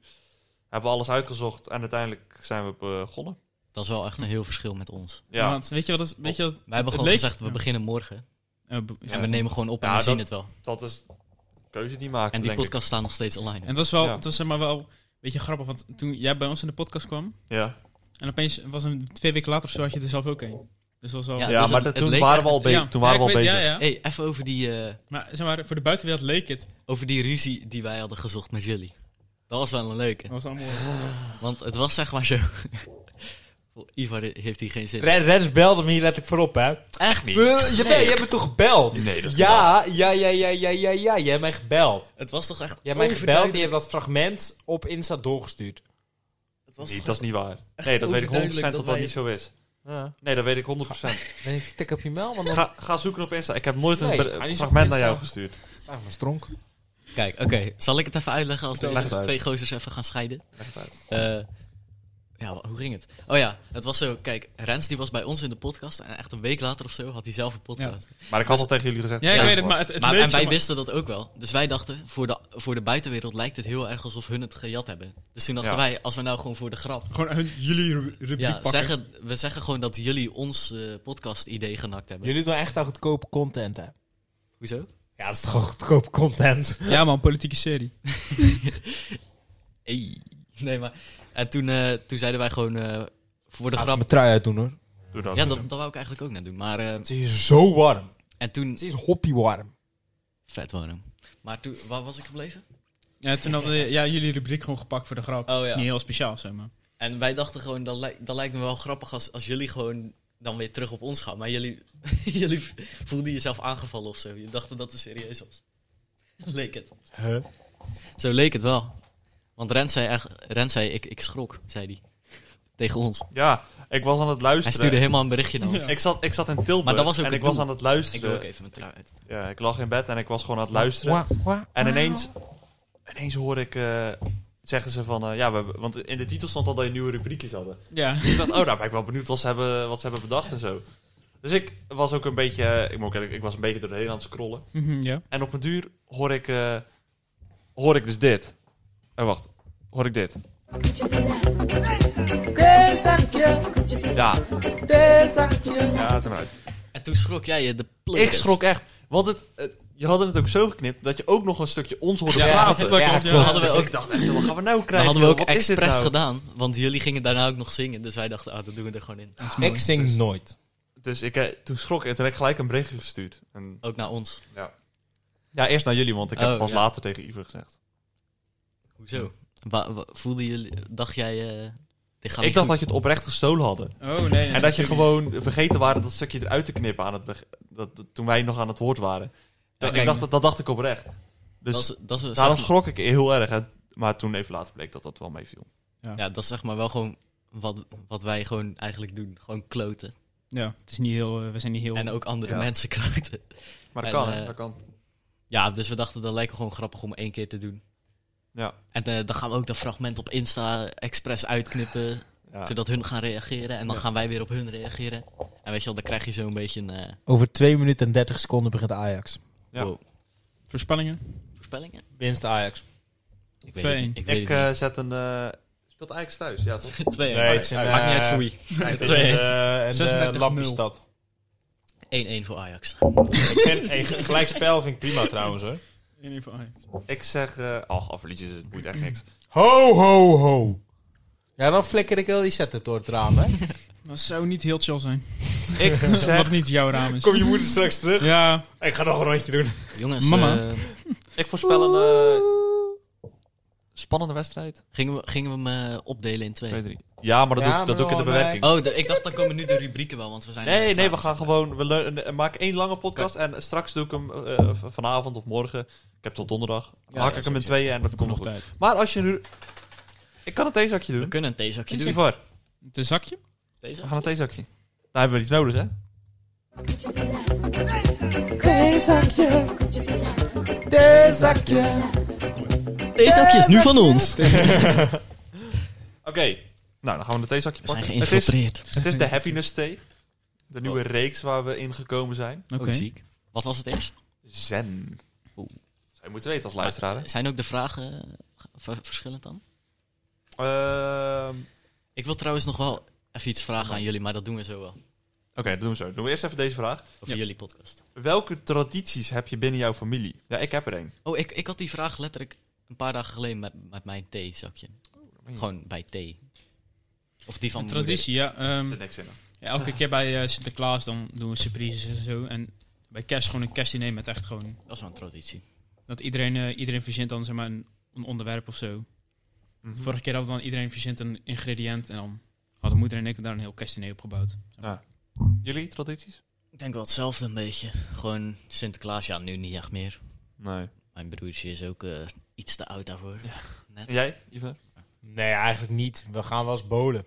Hebben we alles uitgezocht en uiteindelijk zijn we begonnen.
Dat is wel echt een heel verschil met ons.
Ja,
Want weet je wat... het- Weet je wat
Wij hebben
het
gewoon
leek-
gezegd, we
Ja.
beginnen morgen.
Eh, bo-
Ja.
En we nemen gewoon op en
Ja,
we zien
dat-
het wel.
dat is een keuze die maakt.
En die
denk ik.
podcast staat nog steeds online.
En het was wel,
Ja.
het was zeg maar wel een beetje grappig, want toen jij bij ons in de podcast kwam,
Ja,
en opeens was een twee weken later of zo had je er zelf ook een. Dus dat was wel.
Ja,
ja,
dus
maar
het-
dat-
het
toen
leek
waren we al,
echt-
be-
Ja,
toen waren
ja,
we
ik
al
weet-
bezig.
Ja, ja.
hey, even over die, eh,
Maar zeg maar, voor de buitenwereld leek het.
over die ruzie die wij hadden gezocht met jullie. Dat was wel een leuke.
Dat was allemaal.
Want het was zeg maar zo... (laughs) Ivar heeft hier geen zin. in.
Red, Reds belde me hier letterlijk voorop, hè.
Echt niet.
Je je hebt me toch gebeld?
Nee, dat is
ja, ja, ja, ja, ja, ja, ja. Jij hebt mij gebeld.
Het was toch echt
Jij hebt mij gebeld en je hebt
overduidelijk-
dat fragment op Insta doorgestuurd.
Het was
niet,
toch
dat is niet waar. Nee, dat weet ik 100% dat dat,
overduidelijk dat wij-
niet zo is.
Ja.
Nee, dat weet ik 100%.
Ben ik tik op je mail, want dan
Ga, ga zoeken op Insta. Ik heb nooit een
Nee,
be-
ga niet zoeken
fragment
op
naar jou
Insta.
gestuurd.
Ah, mijn stronk.
Kijk, oké. Zal ik het even uitleggen als
Leg het
deze
uit.
twee gozers even gaan scheiden?
Leg het uit.
Eh, ja, wa- hoe ging het? Oh ja, het was zo. Kijk, Rens die was bij ons in de podcast. En echt een week later of zo had hij zelf een podcast.
Maar ik had al tegen jullie gezegd.
Ja, ik
dat
weet het,
was.
maar het, het
maar,
leek
en
zeg
wij
maar-
wisten dat ook wel. Dus wij dachten, voor de, voor de buitenwereld lijkt het heel erg alsof hun het gejat hebben. Dus toen dachten
Ja.
wij, als we nou gewoon voor de grap...
Gewoon hun, jullie ru- rubriek
Ja,
pakken.
zeggen, we zeggen gewoon dat jullie ons eh, podcast-idee genakt hebben.
Jullie doen echt al goedkope content, hè?
Hoezo?
Ja, dat is toch gewoon goedkope content?
Ja, man, politieke serie.
Ey. (laughs) Nee, maar... En toen, eh, toen zeiden wij gewoon eh, voor de
Laat
grap...
mijn trui uitdoen, hoor.
Doe dat.
Ja, dat, dat wou ik eigenlijk ook net doen. Maar, eh,
Het is zo warm.
en toen...
Het is hoppie warm.
Vet warm. Maar toen, waar was ik gebleven?
Ja, toen hadden we- ja, jullie rubriek gewoon gepakt voor de grap.
Oh,
Dat is
ja.
niet heel speciaal, zeg maar.
En wij dachten gewoon, dat, lijkt- dat lijkt me wel grappig als, als jullie gewoon dan weer terug op ons gaan. Maar jullie, (laughs) jullie voelden jezelf aangevallen of zo. Je dachten dat het serieus was. leek het.
Huh?
Zo leek het wel. Want Rens zei, echt, Rens zei ik, ik schrok, zei hij. Tegen ons.
Ja, ik was aan het
Hij
luisteren.
stuurde helemaal een berichtje naar ons.
Ik zat, ik zat in Tilburg
Maar dat was ook
en
het
ik was
doel.
aan het
Ik doe
luisteren.
ook even mijn trui uit.
ja, ik lag in bed en ik was gewoon aan het luisteren. En ineens, ineens hoor ik, eh, zeggen ze van, eh, ja, we, hebben- want in de titel stond al dat je nieuwe rubriekjes hadden.
Ja.
Dus ik dacht, oh, nou ben ik wel benieuwd wat ze hebben, wat ze hebben bedacht en zo. Dus ik was ook een beetje, eh, ik, moet ook eerlijk- ik was een beetje door de heen aan het scrollen.
Mhm, ja.
En op een duur hoor ik, eh, hoor ik dus dit. Oh, wacht. Hoor ik dit. Ja. Ja, ze uit.
En toen schrok jij je de
Ik
plek.
schrok echt. Want het, het- je had het ook zo geknipt dat je ook nog een stukje ons hoorde praten.
dat
ja,
klopt, ja.
klopt.
Hadden we
Dus
ook,
ik dacht echt, wat gaan we nou
dat
krijgen?
hadden we ook
joh? Wat is dit
expres
nou?
gedaan. Want jullie gingen daarna ook nog zingen. Dus wij dachten, ah, dat doen we er gewoon in.
Dat is mooi.
Ik zing nooit.
Dus ik, eh, toen schrok ik en toen heb ik gelijk een berichtje gestuurd. En,
Ook naar ons.
ja. ja, eerst naar jullie, want ik heb
Oh,
pas
ja.
later tegen Iver gezegd.
Hoezo? Wa- wa- voelde jullie, dacht jij, eh dit gaat
Ik dacht
niet
dat
goed.
je het oprecht gestolen hadden.
Oh, nee. nee.
En dat je gewoon vergeten waren dat stukje eruit te knippen aan het beg- dat, dat- toen wij nog aan het woord waren. Dat,
kijk.
ik dacht, dat, dat dacht ik oprecht. Dus
dat is, dat is,
daarom
zeg
schrok ik heel erg. hè. Maar toen even later bleek dat dat wel meeviel.
maar- ja, dat is zeg maar wel gewoon wat, wat wij gewoon eigenlijk doen. Gewoon kloten.
Ja, het is niet heel... eh, we zijn niet heel...
En ook andere
Ja.
mensen kloten.
Maar dat
En,
kan, hè,
eh,
dat kan.
Ja, dus we dachten dat lijkt me gewoon grappig om één keer te doen.
Ja.
En eh, dan gaan we ook dat fragment op Insta expres uitknippen.
Ja.
Zodat hun gaan reageren. En dan
Ja.
gaan wij weer op hun reageren. En weet je wel, dan krijg je zo'n beetje een... eh,
Over 2 minuten en 30 seconden begint Ajax.
Ja.
wow.
Voorspellingen?
Voorspellingen?
Winst Ajax.
Ik weet
2-1.
het niet. Ik weet
Ik
het
eh, zet een... eh, speelt Ajax thuis, ja
(laughs)
toch?
niet. 2-1.
Nee, het zijn,
Maakt niet uit
eh,
voor wie.
Het is
Twee.
een, eh, een, eh,
36-0.
lampiestad.
1-1 voor Ajax.
Ik vind, hey, ge- gelijk spel vind ik prima trouwens hoor.
In ieder geval Ajax.
Ik zeg... eh ach, al verliezen ze, het boeit echt
(clears throat)
niks.
Ho, ho, ho. Ja, dan flikker ik heel die setup door het raam, hè?
Dat zou niet heel chill zijn.
Ik
(laughs) Wat
zeg...
niet jouw raam is.
je moeder straks terug?
Ja,
eh,
Ik ga nog een rondje doen.
eh, Jongens,
Mama.
eh,
Ik voorspel een... eh, Spannende wedstrijd.
Gingen we, gingen we hem eh, opdelen in twee?
2-3. Ja, maar dat doe
Ja,
ik,
maar
dat doe ik in de
wel, eh,
bewerking.
Oh, de- ik dacht, dan komen nu de rubrieken wel, want we zijn...
Nee,
eh,
nee,
klaar.
we gaan gewoon. We leu- eh, maak één lange podcast en straks doe ik hem eh, v- vanavond of morgen. Ik heb tot donderdag.
Ja,
hak
ja,
ik hem in
sowieso.
tweeën en dat komt nog
nog
goed.
tijd.
Maar als je nu. Ik kan een theezakje
We
doen.
kunnen een theezakje doen.
Ivar,
Het is een zakje?
Deze?
we gaan een theezakje. Daar hebben we iets nodig, hè?
Theezakje. Theezakje.
Theezakje is nu van ons. We
Oké. Nou, dan gaan we een theezakje
zijn
pakken. Het is,
geïnfiltreerd.
het is de Happiness Thee. De nieuwe reeks waar we in gekomen zijn.
Oké.
Ook ziek. Wat was het eerst?
Zen.
Oeh.
Zou je moeten weten als luisteraar, hè?
Zijn ook de vragen eh, ver- verschillend dan?
Ehm,
Ik wil trouwens nog wel even iets vragen aan jullie, maar dat doen we zo wel.
Oké, dat doen we zo. Dan doen we eerst even deze vraag.
Over
Ja.
jullie podcast.
Welke tradities heb je binnen jouw familie? Ja, ik heb er een.
Oh, ik, ik had die vraag letterlijk een paar dagen geleden met, met mijn theezakje.
meen je.
Gewoon bij thee. Of die van
Een
mijn moeder.
traditie, ja.
Er
ehm,
zit niks in.
ja, elke keer bij eh, Sinterklaas dan doen we surprises en zo. En bij kerst gewoon een kerstdiner met echt gewoon...
Dat is wel een traditie.
Dat iedereen, eh, iedereen verzint dan zeg maar een, een onderwerp of zo.
Mhm.
Vorige keer hadden we dan iedereen verzint een ingrediënt. En dan hadden moeder en ik daar een heel kerstdiner op gebouwd.
Jullie tradities?
Ik denk wel hetzelfde een beetje. Gewoon Sinterklaas, ja, nu niet echt meer.
Nee.
Mijn broertje is ook eh, iets te oud daarvoor.
En jij, Ivan?
Nee, eigenlijk niet. We gaan wel eens bowlen.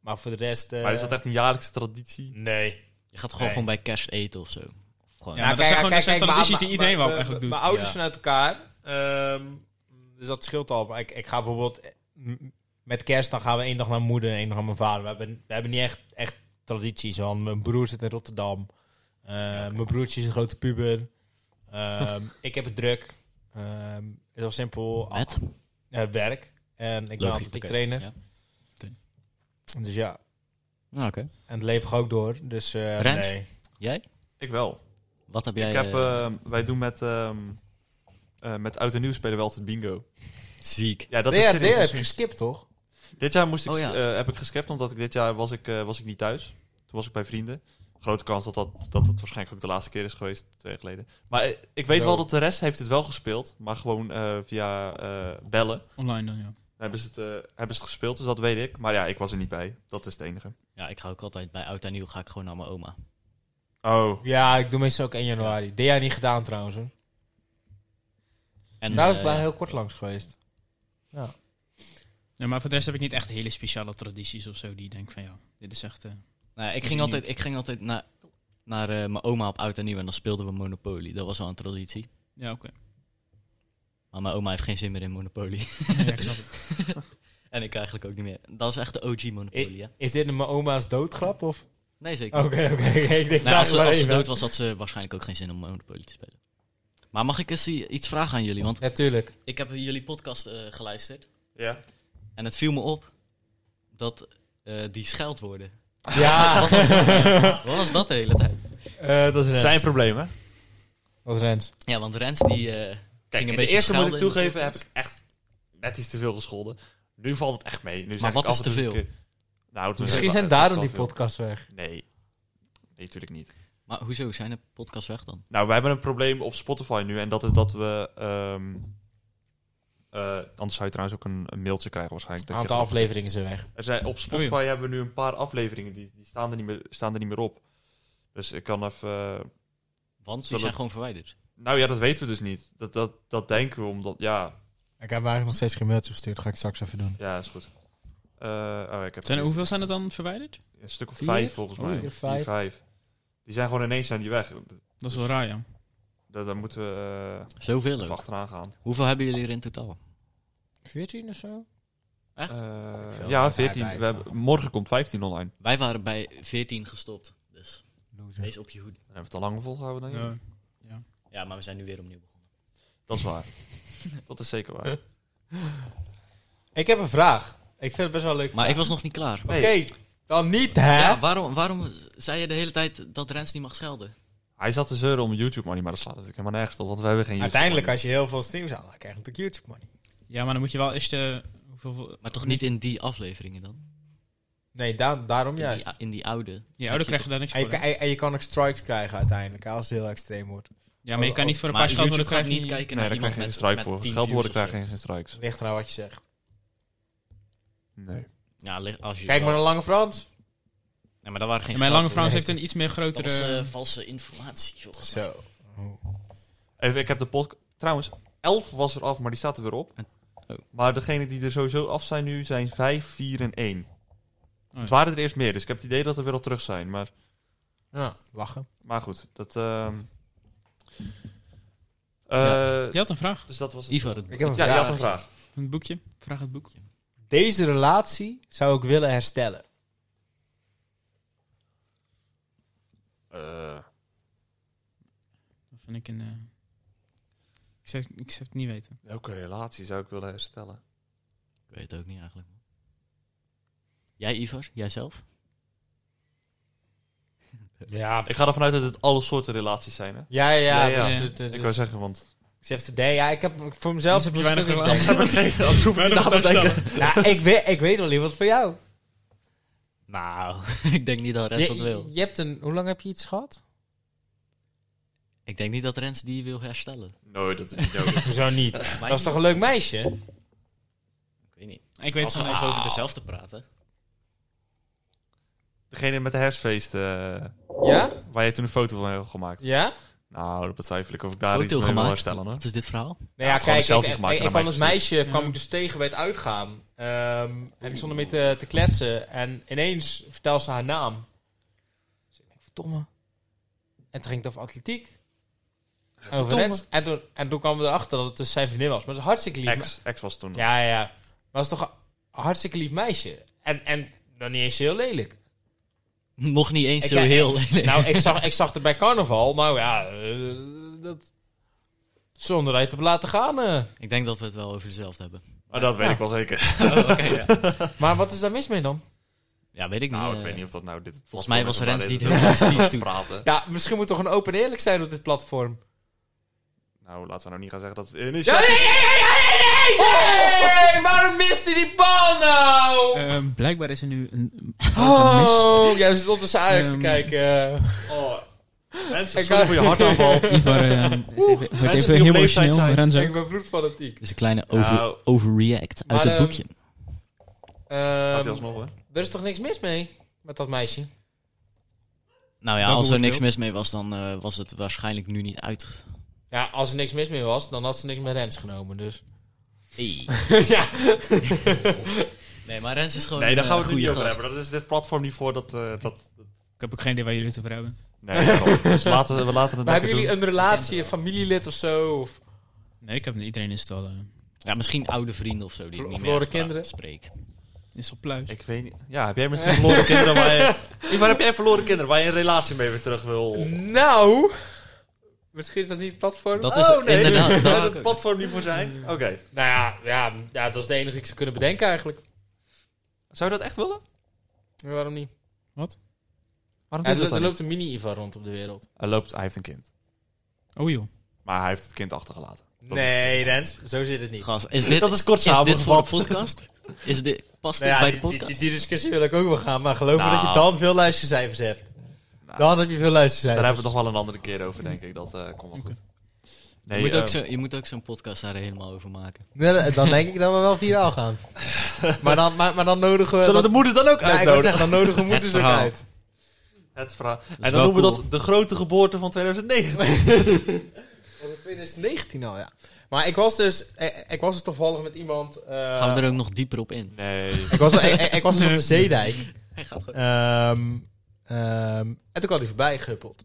Maar voor de rest... eh,
maar is dat echt een jaarlijkse traditie?
Nee.
Je gaat gewoon
Nee.
van bij kerst eten of zo. Of gewoon,
Ja. maar dat zijn gewoon- dat zijn tradities die iedereen wel eigenlijk doet.
Mijn ouders
Ja.
vanuit elkaar. ehm, dus dat scheelt al. Maar ik, ik ga bijvoorbeeld... eh, m- Met kerst dan gaan we één dag naar mijn moeder en één dag naar mijn vader. We hebben, we hebben niet echt, echt tradities. Want mijn broer zit in Rotterdam. Eh, Mijn broertje is een grote puber. Ehm, (laughs) ik heb het druk. Ehm, het is al simpel.
Met?
Eh, werk. En ik ben
Logisch,
altijd
oké.
trainen.
Ja.
Dus ja.
Nou, oké.
En het leven gaat ook door. Dus eh,
Rens?
nee.
Jij?
Ik wel.
Wat heb jij?
ik heb,
eh,
ehm, wij doen met, ehm, eh, met Oud en Nieuw spelen we altijd bingo.
ziek.
Ja, dat
Nee,
is
ja,
serieus.
die heb je geskipt, toch?
Dit jaar moest ik,
Oh, ja.
eh, heb ik geskipt, omdat ik dit jaar was ik, eh, was ik niet thuis. Toen was ik bij vrienden. Grote kans dat dat, dat het waarschijnlijk ook de laatste keer is geweest, twee jaar geleden. Maar eh, ik weet
Zo.
wel dat de rest heeft het wel gespeeld, maar gewoon eh, via eh, bellen.
Online dan, ja.
Dan hebben ze, het, eh, hebben ze het gespeeld, dus dat weet ik. Maar ja, ik was er niet bij. Dat is het enige.
Ja, ik ga ook altijd bij oud en nieuw ga ik gewoon naar mijn oma.
Oh,
Ja, ik doe meestal ook 1 januari. Dit jaar niet gedaan trouwens. Hoor.
En,
Daar
eh,
ben ik heel kort langs geweest.
Ja, maar voor de rest heb ik niet echt hele speciale tradities of zo. Die ik denk van ja, dit is echt. eh,
nou, ik,
Is
ging
het
altijd, ik ging altijd naar, naar eh, mijn oma op oud en nieuw en dan speelden we Monopoly. Dat was wel een traditie.
ja, oké.
Maar mijn oma heeft geen zin meer in Monopoly.
ja, ik snap het.
(laughs) en ik eigenlijk ook niet meer. Dat is echt de OG Monopoly, hè?
Is dit een mijn oma's doodgrap? Of?
Nee, zeker.
Oké,
niet.
oké. oké. ik denk
Nou,
daar
als, ze,
wel
als ze
even.
dood was, had ze waarschijnlijk ook geen zin om Monopoly te spelen. Maar mag ik eens i- iets vragen aan jullie? Want (laughs)
Natuurlijk.
ik heb jullie podcast eh, geluisterd.
ja.
En het viel me op dat eh, die scheldwoorden.
Ja,
Wat was dat, Wat was dat de hele tijd?
(laughs) Eh, dat is Rens.
Zijn problemen.
Dat is Rens.
Ja, want Rens die... eh,
Kijk,
een
in de eerste
beetje
moet ik
schelden in de
toegeven, heb
podcast.
ik echt net iets te veel gescholden. Nu valt het echt mee. Nu zeg
Maar
ik
wat
af
is
en toe
te
een
veel?
keer- Nou, het-
Misschien
het-
zijn
het- het-
daarom die
het- het-
podcast weg.
Nee. Nee, natuurlijk niet.
maar hoezo, zijn de podcast weg dan?
Nou, we hebben een probleem op Spotify nu. En dat is dat we... ehm, eh, anders zou je trouwens ook een, een mailtje krijgen waarschijnlijk.
Een
dat
aantal
je-
afleveringen zijn weg.
Er zijn,
Oh,
op Spotify hebben we nu een paar afleveringen. Die, die staan, er niet meer, staan er niet meer op. Dus ik kan even... eh,
Want die
Zullen-
zijn gewoon verwijderd.
nou ja, dat weten we dus niet. Dat, dat, dat denken we omdat... Ja,
Ik heb eigenlijk nog steeds geen mailtje gestuurd. Ga ik straks even doen.
ja is goed. Eh, oh, ik heb
Zijn er, hoeveel zijn er dan verwijderd?
Een stuk of
Vier?
vijf volgens
Oh,
mij.
ja.
Vier,
Vijf.
vijf. Die zijn gewoon ineens zijn die weg.
Dat is wel raar, ja.
Daar, daar moeten we eh,
Zoveel
even
ook.
achteraan gaan.
Hoeveel hebben jullie er in totaal?
14 of zo?
Echt?
Eh,
Ik veel
ja,
dat wij
14.
bij
We hebben, morgen komt 15 online.
Wij waren bij 14 gestopt. Dus wees op je hoede.
Dan hebben we het al lang volgehouden, denk ik.
Ja.
Ja, maar we zijn nu weer opnieuw begonnen.
Dat is waar. (laughs) dat is zeker waar.
Ik heb een vraag. Ik vind het best wel leuk.
Maar ik was nog niet klaar.
Oké,
Nee,
dan niet hè?
Ja, waarom, waarom zei je de hele tijd dat Rens niet mag schelden?
Hij zat te zeuren om YouTube money, maar dat slaat natuurlijk helemaal nergens op, want we hebben geen YouTube
Uiteindelijk, als je heel veel streams haalt, dan krijg je natuurlijk YouTube money.
ja, maar dan moet je wel eerst. eh, hoeveel,
Maar toch niet in die afleveringen dan?
Nee, da- daarom
In die,
juist.
a- in die oude.
Je ouder krijgt er daar niks
En
voor.
je,
hè?
kan- en je kan ook strikes krijgen uiteindelijk, hè, als het heel extreem wordt.
Ja, maar je kan niet voor een paar
Oh,
schaalwoorden
maar YouTube gaat
krijgen.
niet
niet
kijken
Nee,
naar
daar krijg
iemand
je geen
met,
strike
met
voor.
tien
Geld worden
views of
krijg je geen strikes.
Ligt er nou wat je zegt.
Nee.
zo. Ja, lig- als je
Kijk maar naar Lange Frans.
Ja, maar daar waren geen
Mijn lange Frans
scheldwoorden.
heeft een iets meer grotere.
Valse, eh, valse informatie, volgens mij.
Zo.
Even, ik heb de podcast... Trouwens, 11 was er af, maar die staat er weer op.
Oh.
Maar degene die er sowieso af zijn nu, zijn 5, 4 en 1.
ja.
Het waren er eerst meer, dus ik heb het idee dat er weer al terug zijn. Maar,
Ja, lachen.
maar goed, dat... ehm eh,
Je had een vraag.
Dus dat was het.
Ivo, dat-
Ik heb een
Ja, je
vraag.
had een vraag.
Een boekje. Vraag het boek.
Deze relatie zou ik willen herstellen.
Eh,
Dat vind ik een. eh, Ik zou, ik zou het niet weten.
welke relatie zou ik willen herstellen?
Ik weet het ook niet eigenlijk. Jij, Ivar? Jijzelf?
Ja,
Ik ga ervan uit dat het alle soorten relaties zijn, hè?
ja, ja.
Ja, ja.
dus het- het-
Ik wou zeggen, want...
Ik zeg te denken, ja, ik heb voor mezelf...
Anders heb je
misschien
weinig
niet
relatie.
denken.
(laughs)
Anders hoef ik niet na te denken.
nou, ik weet, ik weet wel wat voor jou.
Nou, (laughs) ik denk niet dat Rens dat
Je,
wil.
je hebt een... Hoe lang heb je iets gehad?
Ik denk niet dat Rens die wil herstellen.
Nee, dat is niet nodig.
Zo niet.
Maar
Eh, Dat is toch een leuk meisje?
Ik weet niet.
Ik weet
Als we,
van
als we over dezelfde praten.
(laughs) Degene met de herfstfeest, eh,
Ja?
waar jij toen een foto van hebt gemaakt.
Ja?
Nou, dat betwijfel ik of ik daar iets
Foto
mee wil
gemaakt.
herstellen, hoor.
Wat is dit verhaal? (laughs)
Nou
Ja,
ja,
gewoon een
kijk, ik,
selfie gemaakt
ik-
en
ik
aan
kwam
mij
als meisje
Ja.
kwam ik dus tegen bij het uitgaan. Ehm, en ik stond ermee te, te kletsen. En ineens vertelde ze haar naam. Dus ik denk, verdomme. En toen ging het over atletiek. En over
Verdomme.
reds. En toen, en toen kwamen we erachter dat het dus zijn vriendin was. Maar dat is hartstikke lief.
Ex, ex was toen. nog.
Ja, ja, ja. Maar dat is toch een hartstikke lief meisje. En, en dan niet eens heel lelijk.
Nog niet eens
Ik-
zo
ik-
heel. (laughs)
Nou, ik zag, ik zag het bij carnaval. Nou ja, eh, dat... Zonder dat je het hebt laten gaan. eh.
ik denk dat we het wel over dezelfde hebben.
Maar Oh, dat weet
Ja.
ik wel zeker.
(laughs) Maar wat is daar mis mee dan?
Ja, weet ik niet.
Nou, ik
eh,
weet niet of dat nou dit...
Volgens mij was
Of we
Rens niet
dit-
heel positief toen.
praten.
Ja, misschien moet toch gewoon open en eerlijk zijn op dit platform.
Nou, laten we nou niet gaan zeggen dat het in is.
Ja, nee, nee, nee, nee, nee, nee! Oh! Hey, waarom mist hij die bal nou?
Ehm, blijkbaar is er nu een.
Eh,
Oh, jij zit op de Ajax te
Ehm.
kijken.
Oh. Mensen, sorry
Ik ga-
voor je
(laughs)
hartaanval.
Ivar, ehm, is even- wordt
mensen die
even
op
heel
leeftijd
emotioneel.
zijn.
Renzo.
Ik ben bloedfanatiek.
Dus een kleine over,
Nou.
overreact uit
Maar,
het
ehm,
boekje.
Gaat
Ehm
hij alsnog, hè?
er is toch niks mis mee met dat meisje?
Nou ja,
dat
als er
beoordeeld.
niks mis mee was, dan eh, was het waarschijnlijk nu niet uit.
Ja, als er niks mis mee was, dan had ze niks met Rens genomen, (laughs) dus...
ja. nee, maar Rens is gewoon
Nee, daar gaan we het
een eh,
nu niet
goede
over
gast.
hebben. Dat is dit platform niet voor dat... eh,
(laughs)
dat...
Ik heb ook geen idee waar jullie het over hebben.
Nee, daarom. dus laten we, we laten het
Maar
lekker
hebben
doen.
jullie een relatie, een familielid of zo? Of...
Nee, ik heb iedereen is het al. eh,
Ja, misschien oude vrienden of zo die ik
Verlo-
niet meer
verloren
echt praat-
kinderen.
spreek.
is het op pluis.
Ik weet niet. Ja, heb jij met
(laughs)
verloren kinderen waar je... Ivan, heb jij verloren kinderen waar je een relatie mee weer terug wil?
Nou... Misschien is dat niet het platform. Oh,
Dat is inderdaad. dat-
Daar het platform niet voor zijn? Oké.
Nou ja, ja, ja, dat is de enige die ik zou kunnen bedenken eigenlijk.
Zou je dat echt willen?
Ja, waarom niet?
Waarom
Ja,
doe je
Er,
dat
loopt- er
dan niet?
loopt een mini-Ivar rond op de wereld.
Hij loopt, hij heeft een kind.
Oh joh.
Maar hij heeft het kind achtergelaten. Dat
nee, Rens, zo zit het niet.
Gast,
(laughs)
is dit,
Dat is kort
is dit voor de
samengevat.
podcast? Is dit, past dit
Nou ja,
bij
die-
de
die, die,
podcast?
die discussie wil ik ook wel gaan, maar geloof me
Nou.
dat je dan veel luistercijfers hebt.
Nou.
Dan heb je veel
Daar
luistercijfers.
hebben we het nog wel een andere keer over, denk ik. Dat eh, komt wel goed. Nee,
je, moet ook
eh,
ehm,
zo, je moet ook zo'n podcast daar helemaal over maken.
Nee, dan denk ik dat we wel viraal gaan.
(laughs)
maar, dan, maar, maar dan nodigen we...
Zullen we de
dat-
moeder dan ook
ja, ik wou
uitnodigen?
zeggen,
(laughs)
dan nodigen we
Het
moeders ook
verhaal.
uit.
Het verhaal. En
wel
dan noemen we
cool.
dat de grote geboorte van 2009.
Was het 2019 al, ja. Maar ik was dus, ik, ik was dus toevallig met iemand... eh,
Gaan we er ook nog dieper
(laughs)
op in?
Nee.
ik, was, ik, ik- ik was dus op de Zeedijk.
Hij gaat gewoon.
Ehm, ehm, en toen kwam hij voorbij gehuppeld.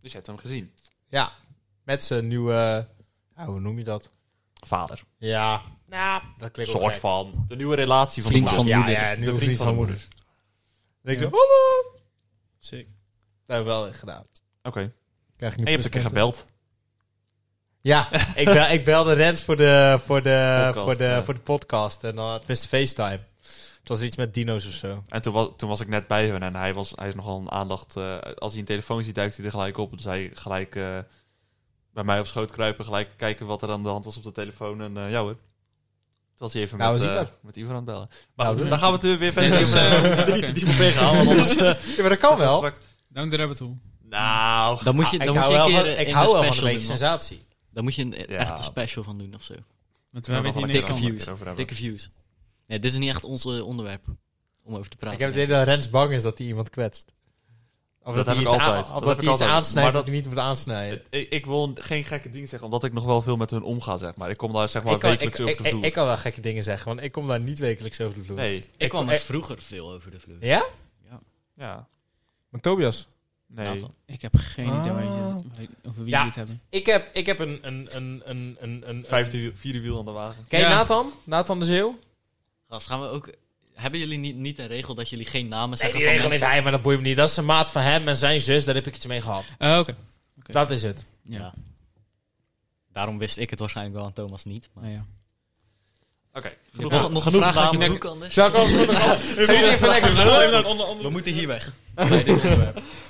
Dus je hebt hem gezien.
Ja, met zijn nieuwe... ja, hoe noem je dat?
Vader.
Ja. Nou, dat
Een
klinkt ook
soort
gek.
van. De nieuwe relatie van
Vriend
de
van
moeder.
ja,
moeder.
Ja, nieuwe
De vriend van de moeder.
En ik
Ja.
zo, hallo.
Sick.
Dat heb ik wel echt gedaan.
Oké.
Krijg ik nu
En je hebt een keer
pluspunten.
gebeld.
Ja, ik, bel, ik belde Rens voor de, voor de,
Podcast,
voor de,
ja.
voor de podcast. En dan had Mr. FaceTime. Het was iets met dino's of zo.
En toen was, toen was ik net bij hun en hij, was, hij is nogal een aandacht. eh, als hij een telefoon ziet, duikt hij er gelijk op. Dus hij gelijk eh, bij mij op schoot kruipen, gelijk kijken wat er aan de hand was op de telefoon. En eh ja hoor. Toen was hij even
Nou,
met,
is
eh,
Ivar.
met Ivan aan het bellen. Maar
Nou,
goed,
doe.
dan gaan we het weer
Nee,
verder.
dat
(laughs)
is,
We moeten
(laughs)
eh,
er niet te diep op ingaan, want anders... eh,
Ja, maar dat kan Oh, wel.
straks-
Down the rabbit hole.
Nee, Nou,
Dan moet je,
Ah, ik
dan moet je
hou
een
wel
keer
van,
eh,
ik
in
hou
de
wel van een
special
beetje
doen, man.
sensatie.
Dan moet je een,
Ja.
echt een special van doen of zo.
Want
Daar
wij weten
gaan we het
hier niks
dikke
van.
een
views.
keer over hebben.
Dikke views. Nee, dit is niet echt ons eh, onderwerp om over te praten.
Ik heb het idee dat Rens bang is dat hij iemand kwetst.
Dat
Of dat, hij
heb ik
iets aan-
altijd.
Of
Dat
dat,
heb ik
hij iets
altijd.
aansnijdt
Maar
dat hij niet moet aansnijden.
Ik, ik wil geen gekke dingen zeggen, omdat ik nog wel veel met hun omga, zeg maar. Ik kom daar zeg maar
ik, kan, ik,
wekelijks over
ik,
te
ik,
vloer.
ik kan wel gekke dingen zeggen, want ik kom daar niet wekelijks over de vloer.
nee,
Ik kwam
ik-
er vroeger veel over de vloer.
Ja?
ja,
Maar Tobias?
nee.
Nathan.
Ik heb geen idee waar
Ah.
je het- over wie
Ja.
jullie het hebben.
Ik heb, ik heb een... een, een, een, een, een
Vijfde wiel, vierde wiel aan de wagen.
Ken je
Ja.
Nathan? Nathan de Zeeuw?
Gast, gaan we ook... Hebben jullie niet, niet een regel dat jullie geen namen zeggen
die
van
regel is
mensen?
hij, maar dat boeit me niet. Dat is een maat van hem en zijn zus, daar heb ik iets mee gehad.
Eh, Oké.
Dat is het.
Ja.
Ja. Daarom wist ik het waarschijnlijk wel aan Thomas niet. Maar...
Nou ja.
Oké,
Nog,
genoeg.
nog een vraag uit de
namen.
boek anders?
Zal ik ons goed (laughs) Zullen we even lekker
We moeten hier weg.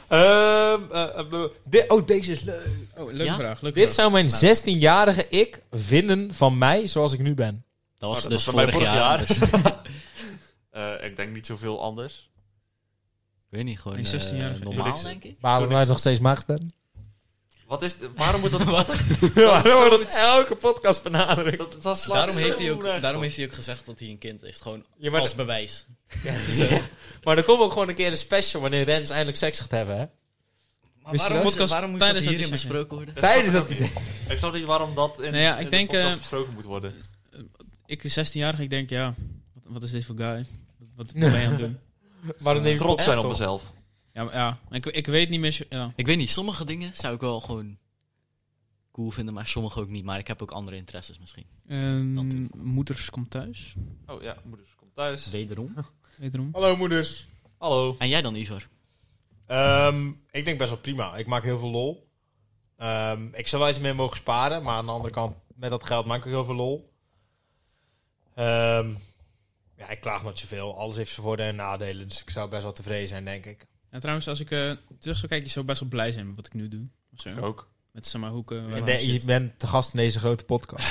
Ehm, eh, eh, eh, dit- Oh, deze is leuk.
Oh, leuke
Ja?
vraag. Leuke
Dit
vraag.
zou mijn 16-jarige ik vinden van mij zoals ik nu ben.
Dat was
Oh, dat
dus
was bij
vorig,
mij vorig
jaar.
jaar.
dus
Eh, ik denk niet zoveel anders.
ik weet niet, gewoon
Een
eh,
16-jarige
normaal,
Felix.
denk ik.
Waarom
Toen
wij nog steeds maagd ben.
Wat is, waarom moet dat... wat?
(laughs) Ja, dat wordt het elke podcast benadrukt.
dat, dat slaat
Daarom heeft,
zo
hij ook,
nergens
daarom
op.
heeft hij ook gezegd dat hij een kind heeft. Gewoon
Ja, maar
als bewijs. (laughs) Dus, eh,
Maar er komt ook gewoon een keer een special wanneer Rens eindelijk seks gaat hebben, hè?
Wist
Maar
je
waarom,
dat?
moest-
Podcast
waarom moest dat
tijdens dat
hierin
hij zegt,
besproken worden?
Tijdens
snap
dat
ik ook niet. Ik snap niet waarom dat in,
Nou ja, ik
in
denk,
de podcast
eh,
besproken moet worden.
Ik is 16-jarig, ik denk, ja, wat, wat is dit voor guy? Wat, wat ben je aan het doen?
Maar dan neem je
Trots zijn op
podcast op.
mezelf.
Ja, maar ja. Ik, ik weet niet meer... zo- Ja.
Ik weet niet, sommige dingen zou ik wel gewoon cool vinden, maar sommige ook niet. Maar ik heb ook andere interesses misschien.
Ehm,
Dat doe ik.
moeders komt thuis,
Oh ja, moeders, kom thuis.
Wederom.
wederom.
Hallo moeders.
Hallo.
En jij dan, Ivor?
Ehm, ik denk best wel prima. Ik maak heel veel lol. Ehm, ik zou wel iets meer mogen sparen, maar aan de andere kant, met dat geld maak ik heel veel lol. Ehm, ja, ik klaag nooit zoveel. Alles heeft zijn voordelen en nadelen, dus ik zou best wel tevreden zijn, denk ik.
En trouwens, als ik eh, terug zou kijken, je zou best wel blij zijn met wat ik nu doe. Of zo.
Ik ook.
Met zeg maar hoe ik... eh, waar-
Ik
waar
denk,
ik zit.
Oh. je bent te gast in deze grote (laughs) podcast.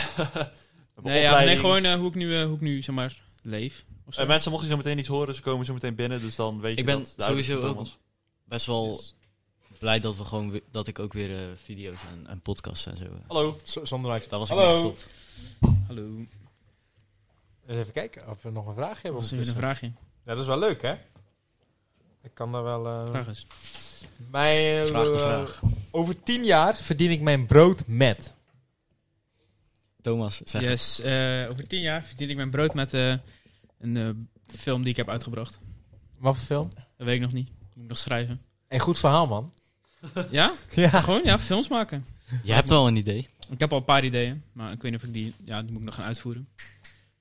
Nee, ja, nee, gewoon eh, hoe ik nu, eh, hoe ik nu zeg maar, leef. Of zo.
En Eh, mensen mochten zo meteen iets horen, ze komen zo meteen binnen, dus dan weet je
Ik ben
dat de ouders
sowieso
van
ook
Thomas-
Best wel
Yes.
blij dat, we gewoon, we- dat ik ook weer eh, video's en, en podcasts en zo... eh,
Hallo.
Z- Zonder uit.
Daar was ik
Hallo.
mee gestopt.
Hallo.
Oh, Eens even kijken of we nog een vraag hebben.
Wat is er weer een
ondertussen.
vraagje?
Ja, dat is wel leuk, hè? Ik kan daar
(laughs)
wel... eh,
Vraag eens.
Mijn,
Vraag de
eh,
vraag.
Over tien jaar verdien ik mijn brood met.
Thomas, zeg het.
Yes, eh, over tien jaar verdien ik mijn brood met eh, een eh, film die ik heb uitgebracht.
Wat voor film?
Dat weet ik nog niet. Moet ik nog (laughs) schrijven.
Een goed verhaal, man.
Ja?
Ja.
Gewoon, ja, films maken.
Jij hebt wel een idee.
Ik heb al een paar ideeën, maar ik weet niet of ik die... Ja, die moet ik nog gaan uitvoeren.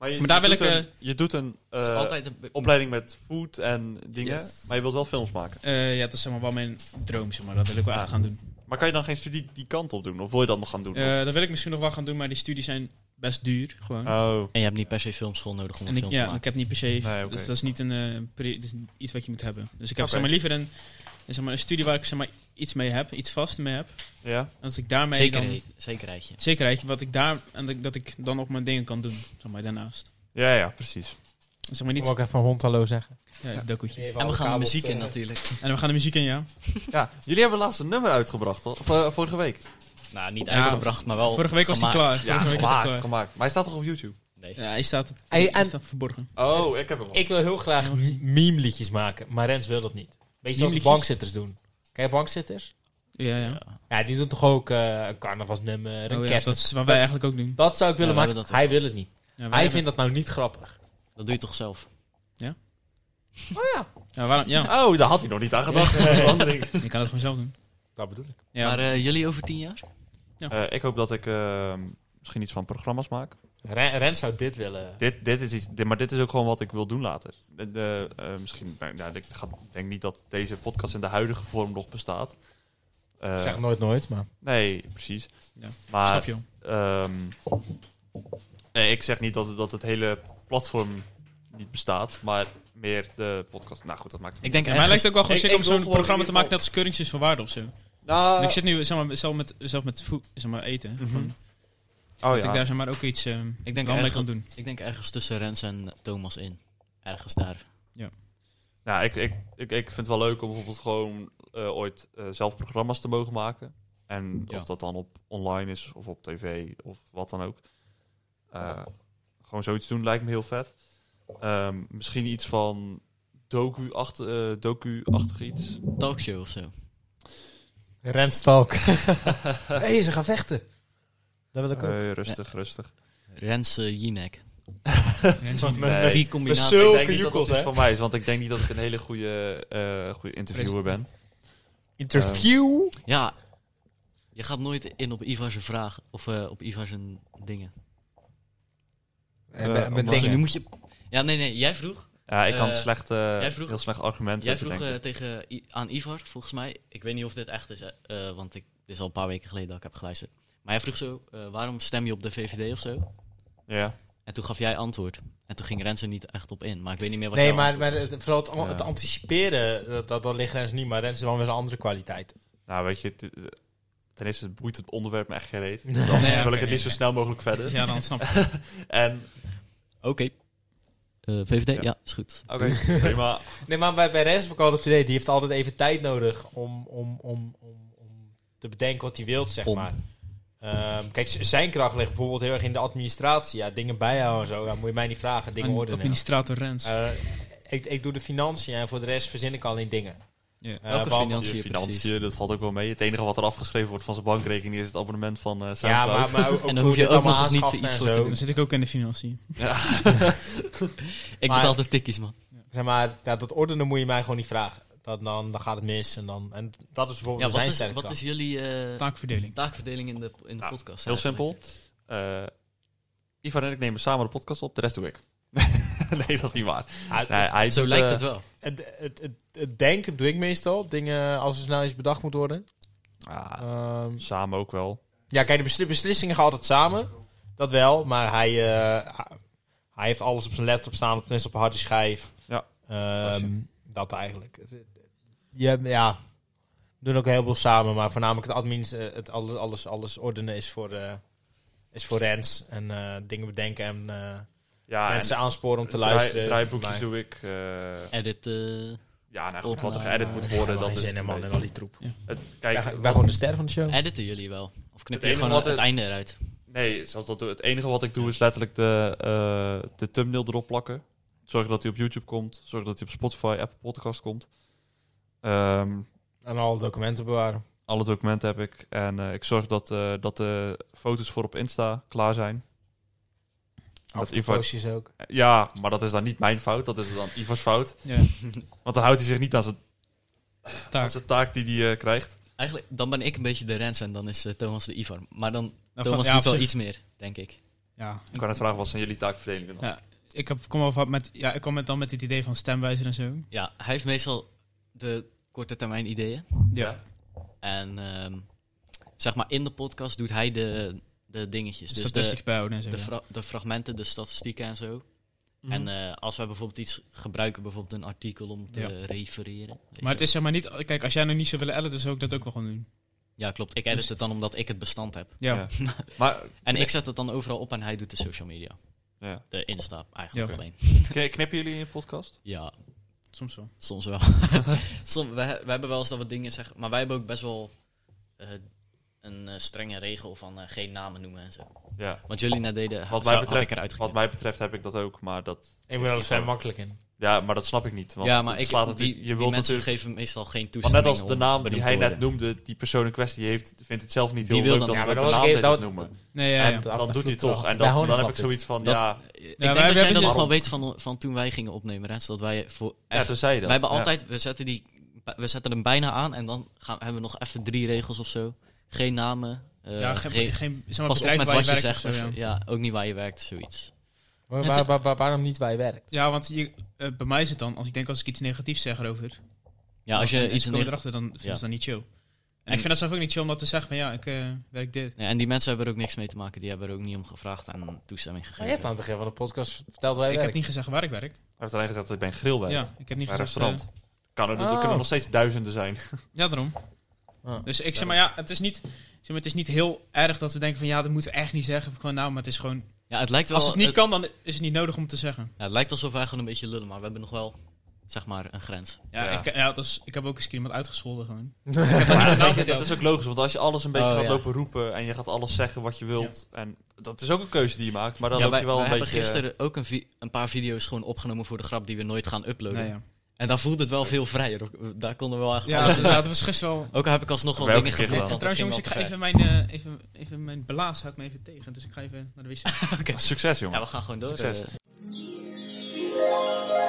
je,
Maar daar
je
wil
doet
ik,
Een, je doet een eh,
Het is altijd een...
opleiding met food en dingen,
Yes.
maar je wilt wel films maken.
Eh, ja, dat is zeg maar wel mijn droom, zeg maar. Dat wil ik wel
Ja.
echt gaan doen.
Maar kan je dan geen studie die kant op doen? Of wil je dat nog gaan doen?
Eh, dat wil ik misschien nog wel gaan doen, maar die studies zijn best duur, gewoon.
oh.
En je hebt niet per se filmschool nodig om
En
een
ik,
film te
ja, ik
maken.
heb niet per se...
oké.
Dus dat is niet een, eh, pre- dat is iets wat je moet hebben. Dus ik heb
Oké.
zeg maar, liever een, zeg maar, een studie waar ik zeg maar, iets mee heb, iets vast mee heb.
Ja.
En als ik daarmee dan...
Zekerheid, zekerheidje.
Zekerheid, wat ik daar... En dat, ik- dat ik dan op mijn dingen kan doen, zeg maar, daarnaast.
ja, ja, precies.
Zeg maar
Ik
niet...
moet ook even een hond hallo zeggen.
Ja, dat doekje.
En we gaan de muziek in natuurlijk.
En we gaan de muziek in, ja.
Ja, jullie hebben laatst een nummer uitgebracht, toch? Of, eh, vorige week.
Nou, niet
Ja,
uitgebracht, maar wel
Vorige week was die
gemaakt.
klaar. Vorige week was die
gemaakt, gemaakt. Maar hij staat toch op YouTube?
Nee.
klaar. Ja, hij staat,
Hey,
hij
en-
staat verborgen.
Oh, ik heb hem al.
Ik wil heel graag meme liedjes maken, maar Rens wil dat niet. Beetje zoals de
Meme-liedjes?
bankzitters doen. Ken je bankzitters?
Ja, ja.
Ja.
Ja, die doen toch ook eh, een carnavalsnummer, een
Oh, ja,
kerst.
dat
Dat...
is wat wij eigenlijk ook doen.
zou ik willen
Ja, we
maken.
hebben dat
Hij wil het niet.
Ja, wij
Hij
hebben-
vindt dat nou niet grappig.
Dat doe je toch zelf?
ja, waarom, ja,
Oh, daar had hij nog niet aan gedacht. Dat is een ander ding.
je kan het gewoon zelf doen.
Dat bedoel ik.
Ja,
Maar eh, jullie over tien jaar?
Eh, ik hoop dat ik eh, misschien iets van programma's maak.
Ren- Rens zou dit willen.
Dit, dit is iets, dit- maar dit is ook gewoon wat ik wil doen later. De, de, eh, misschien, nou, nou, ik ga- denk niet dat deze podcast in de huidige vorm nog bestaat. Eh,
Zeg nooit nooit, maar...
nee, precies.
Ja, snap
Maar
je wel.
ehm, nee, ik zeg niet dat, het- dat het hele platform niet bestaat, maar meer de podcast. Nou goed, dat maakt het
Ik denk
Ja, mij lijkt
ergens,
het ook wel gewoon
Ik-
sick om
ik wil
zo'n
gewoon
programma
in
te
ieder
maken net als Keuringsjes van Waarde of zo.
Nou,
ik zit nu zeg maar, zelf met, zelf met voet, zeg maar, eten. Gewoon
oh
Dat ik
ja.
daar zeg maar ook iets ehm
ik denk
wel mee
ergens,
kan doen.
ik denk ergens tussen Rens en Thomas in. Ergens daar.
Nou, ik, ik, ik, ik vind het wel leuk om bijvoorbeeld gewoon eh, ooit eh, zelf programma's te mogen maken. En
Ja.
of dat dan op online is of op tv of wat dan ook. Eh, gewoon zoiets doen lijkt me heel vet. Ehm, misschien iets van docu-acht- eh, docu-achtig iets.
Talkshow of zo.
Renstalk. (laughs) Hé, hey, ze gaan vechten. Dat wil ik ook.
Eh, rustig, rustig.
Rensen eh, Jinek.
Mensen die-
Nee.
Die
Met
combinatie.
zulke
ik denk niet dat
joekels,
dat iets
hè?
van mij is, want ik denk niet dat ik een hele goede, eh, goede interviewer ben.
Interview.
Ja. Je gaat nooit in op Ivar zijn vraag of eh, op Ivar zijn dingen.
Eh,
En met- met
omdat-
Zo, nu
dingen.
moet je. Ja, nee, nee. Jij vroeg.
Ja, ik kan
Eh,
slecht, eh,
vroeg-
heel slecht argumenten
Jij vroeg
bedenken.
eh, tegen, I- aan Ivar, volgens mij. Ik weet niet of dit echt is, eh, eh, want ik, dit is al een paar weken geleden dat ik heb geluisterd. Maar hij vroeg zo, eh, waarom stem je op de VVD of zo? eh,
Ja.
En toen gaf jij antwoord. En toen ging Rensen niet echt op in. Maar ik weet niet meer wat
Nee,
jouw
maar,
antwoord
maar het, vooral het, an-
Ja.
het anticiperen, dat, dat, dat ligt Rens niet. Maar Rens is dan weer zijn andere kwaliteit.
Nou, weet je, het- eh, ten eerste boeit het onderwerp me echt geen reet.
Nee,
Dus dan
oké,
wil ik
nee,
het niet zo
nee.
snel mogelijk verder.
Ja, dan snap ik.
En,
was. Oké. Eh, VVD,
Ja.
ja. is goed.
oké, (laughs) prima.
Nee, maar bij, bij Rens heb ik altijd het idee, die heeft altijd even tijd nodig om, om, om, om, om te bedenken wat hij wil, zeg
Om.
maar. Ehm, kijk, z- zijn kracht ligt bijvoorbeeld heel erg in de administratie. Ja, dingen bijhouden en zo. Ja, moet je mij niet vragen, dingen
Een
ordenen.
Administrator Rens.
Eh, ik, ik doe de financiën en voor de rest verzin ik alleen dingen.
Ja.
Eh,
Welke
behalve-
Financiën,
Je
precies.
financiën, dat valt ook wel mee. Het enige wat er afgeschreven wordt van zijn bankrekening is het abonnement van eh
Ja,
Soundcloud.
maar, maar (laughs) ook,
dan
hoe
hoef je
dit
ook nog
allemaal
eens niet
aanschaft
iets
en
voor te
zo.
Dan zit ik ook in de financiën.
Ik
Maar-
betaal de tikkies, man.
Zeg maar, ja, dat ordenen moet je mij gewoon niet vragen. Dat, dan, dan gaat het mis en, dan, en dat is
Ja,
bijvoorbeeld
wat
zijn
is,
sterke
wat is
kracht.
jullie eh,
Taakverdeling.
taakverdeling in de, in de
Nou,
podcast?
Heel
eigenlijk?
simpel. Eh Ivan en ik nemen samen de podcast op, de rest doe ik. (laughs) nee, dat is niet waar.
Ah,
Nee, hij
Zo
doet,
lijkt
eh,
het wel.
Het, het, het, het denken doe ik meestal. Dingen als er snel iets bedacht moet worden.
ah,
Ehm,
samen ook wel.
ja, kijk, de besli- beslissingen gaan altijd samen. Dat wel, maar hij, eh, hij heeft alles op zijn laptop staan, op, tenminste op een harde schijf.
Ja.
Ehm,
Dat is hem.
dat eigenlijk. Ja, ja, we doen ook heel veel samen, maar voornamelijk het admin, eh, het alles, alles, alles ordenen is voor, eh, is voor Rens. En eh, dingen bedenken en eh,
Ja,
mensen aansporen om te
draai-
luisteren.
Draaiboekjes
Maar-
doe ik. eh,
Edit. eh,
ja, nou goed, wat er
Ja,
geëdit
maar-
moet worden. Dat
Geen
is
zin eh, in, man, en al die troep.
Het,
Wij
kijk,
wij gewoon de ster van de show.
editen jullie wel? Of
Het
knip je
enige
gewoon
wat
het,
het-
einde eruit?
nee, zoals dat, het enige wat ik doe is letterlijk de, eh, de thumbnail erop plakken. Zorgen dat hij op YouTube komt. Zorgen dat hij op Spotify, Apple Podcast komt. Ehm,
En al documenten bewaren.
alle documenten heb ik. En eh, ik zorg dat, eh, dat de foto's voor op Insta klaar zijn.
Of de
Ivar-
postjes ook.
Eh, Ja, maar dat is dan niet mijn fout. Dat is dan Ivar's fout.
Ja.
Want dan houdt hij zich niet aan zijn, aan
Taak.
zijn taak die hij eh, krijgt.
Eigenlijk, dan ben ik een beetje de Rens en dan is eh, Thomas de Ivar. Maar dan
Nou, van-
Thomas
ja,
doet
op
wel
zich-
iets meer, denk ik.
Ja.
Ik kan net vragen, wat zijn jullie taakverdelingen dan?
Ja. Ik heb, kom wel vaak met, ja, ik kom met, dan met dit idee van stemwijzer en zo.
Ja, hij heeft meestal de korte termijn ideeën.
Ja.
En ehm, zeg maar in de podcast doet hij de, de dingetjes.
Dus
Dus
statistisch
de,
bijhouden en zo.
de,
ja.
fra- de fragmenten, de statistieken en zo.
Mhm.
En eh, als wij bijvoorbeeld iets gebruiken, bijvoorbeeld een artikel om te
Ja.
refereren. weet
Maar
je.
het is zeg maar niet... Kijk, als jij nou niet zou willen editen, zou ik dat ook wel gewoon doen.
Ja, klopt. Ik edit
Dus-
het dan omdat ik het bestand heb.
Ja.
Ja. (laughs) Maar
En ik zet het dan overal op en hij doet de social media.
ja.
De Insta eigenlijk
Ja.
alleen.
Kn- knippen jullie in je podcast?
Ja,
Soms wel.
soms wel. Som, we, we hebben wel eens dat we dingen zeggen, maar wij hebben ook best wel eh, een eh, strenge regel van eh, geen namen noemen en zo.
Ja.
Want jullie net deden,
Wat
wat
mij,
had ik
betreft,
eruit
wat mij betreft heb ik dat ook, maar dat,
Ik ben er
vrij
vrij makkelijk in.
ja, maar dat snap ik niet. Want
ja, maar
het
ik,
slaat
die,
natuurlijk-
die
je wilt
mensen
natuurlijk,
geven meestal geen
maar
toestemming.
net als de
om
naam die
benoemd
hij
te
net
worden.
noemde, die persoon in kwestie heeft, vindt het zelf niet
Die
heel
wil
leuk
dan-
dat
Ja,
we
maar
de
dat was
naam
een
dit
keer-
noemen.
Nee, ja, ja.
En
dat-
dan doet hij het
dat-
toch. En
Bij
dan,
Honda
dan heb ik
snap
zoiets van,
Dat-
ja,
Ik
wij
denk dat jij
hebben
dat
dus-
nog wel weet van, van toen wij gingen opnemen, Rens. Dat wij voor
ja, zo zei je dat.
Wij hebben
Ja.
altijd, we zetten, die, we zetten hem bijna aan en dan gaan, hebben we nog even drie regels of zo. Geen namen, eh,
ja, geen,
geen-
geen, zeg maar,
pas op
bedrijf
met
waar
wat
je
je
werkt
zegt.
of
of
zo,
zo.
ja.
Ja, ook niet waar je werkt, zoiets.
Waar,
Het-
waar, waar- waar- waarom niet waar je werkt?
Ja, want je, eh, bij mij is het dan, als ik denk als ik iets negatiefs zeg erover.
Ja, als
en-
je
en
iets...
ze
in
komen
de-
erachter, dan vinden
Ja.
ze dat niet chill. En
En-
ik vind dat zelf ook niet chill om dat te zeggen van ja, ik eh, werk dit.
Ja, en die mensen hebben er ook niks mee te maken. Die hebben er ook niet om gevraagd en toestemming
je hebt
gegeven.
aan het begin van de podcast verteld waar je
ik heb
werkt.
niet gezegd waar ik werk.
Hij heeft alleen gezegd dat ik bij een grill ben.
Ja, ik heb niet
bij een
gezegd...
restaurant. Kan er, er
Oh.
kunnen nog steeds duizenden zijn.
eh, ja, daarom.
Ah.
Dus ik zeg maar ja, het is niet... Zeg maar, het is niet heel erg dat we denken van ja, dat moeten we echt niet zeggen. Of gewoon nou, maar het is gewoon...
Ja, het lijkt wel...
Als het niet
het-
kan, dan is het niet nodig om te zeggen.
ja, het lijkt alsof wij gewoon een beetje lullen, maar we hebben nog wel zeg maar, een grens.
Ja,
Ja.
Ik, ja dat is, ik heb ook eens een keer iemand uitgescholden
(laughs)
gewoon.
Maar
Ja,
weet je,
dat
dat is ook logisch, want als je alles een beetje
Oh,
gaat
ja.
lopen roepen en je gaat alles zeggen wat je wilt, en dat is ook een keuze die je maakt, maar dan
ja,
loop
wij,
je wel
wij
een
hebben
beetje...
gisteren ook een, vi- een paar video's gewoon opgenomen voor de grap die we nooit gaan uploaden.
Nee, ja.
En daar voelde het wel veel vrijer. op. Daar konden we wel eigenlijk
Ja, dat
alles in
inderdaad, dat was gisteren wel...
zeggen. Ook al heb ik alsnog wel
Hebben we
dingen
ook een keer
gedaan.
gedaan.
want het
trouwens jongens, ik ga
ging wel te
even mijn, eh, even, even mijn belaas houdt me even tegen, dus ik ga even naar de wc.
eh, Succes,
ver.
jongen.
Ja, we gaan gewoon door.
Succes.
eh.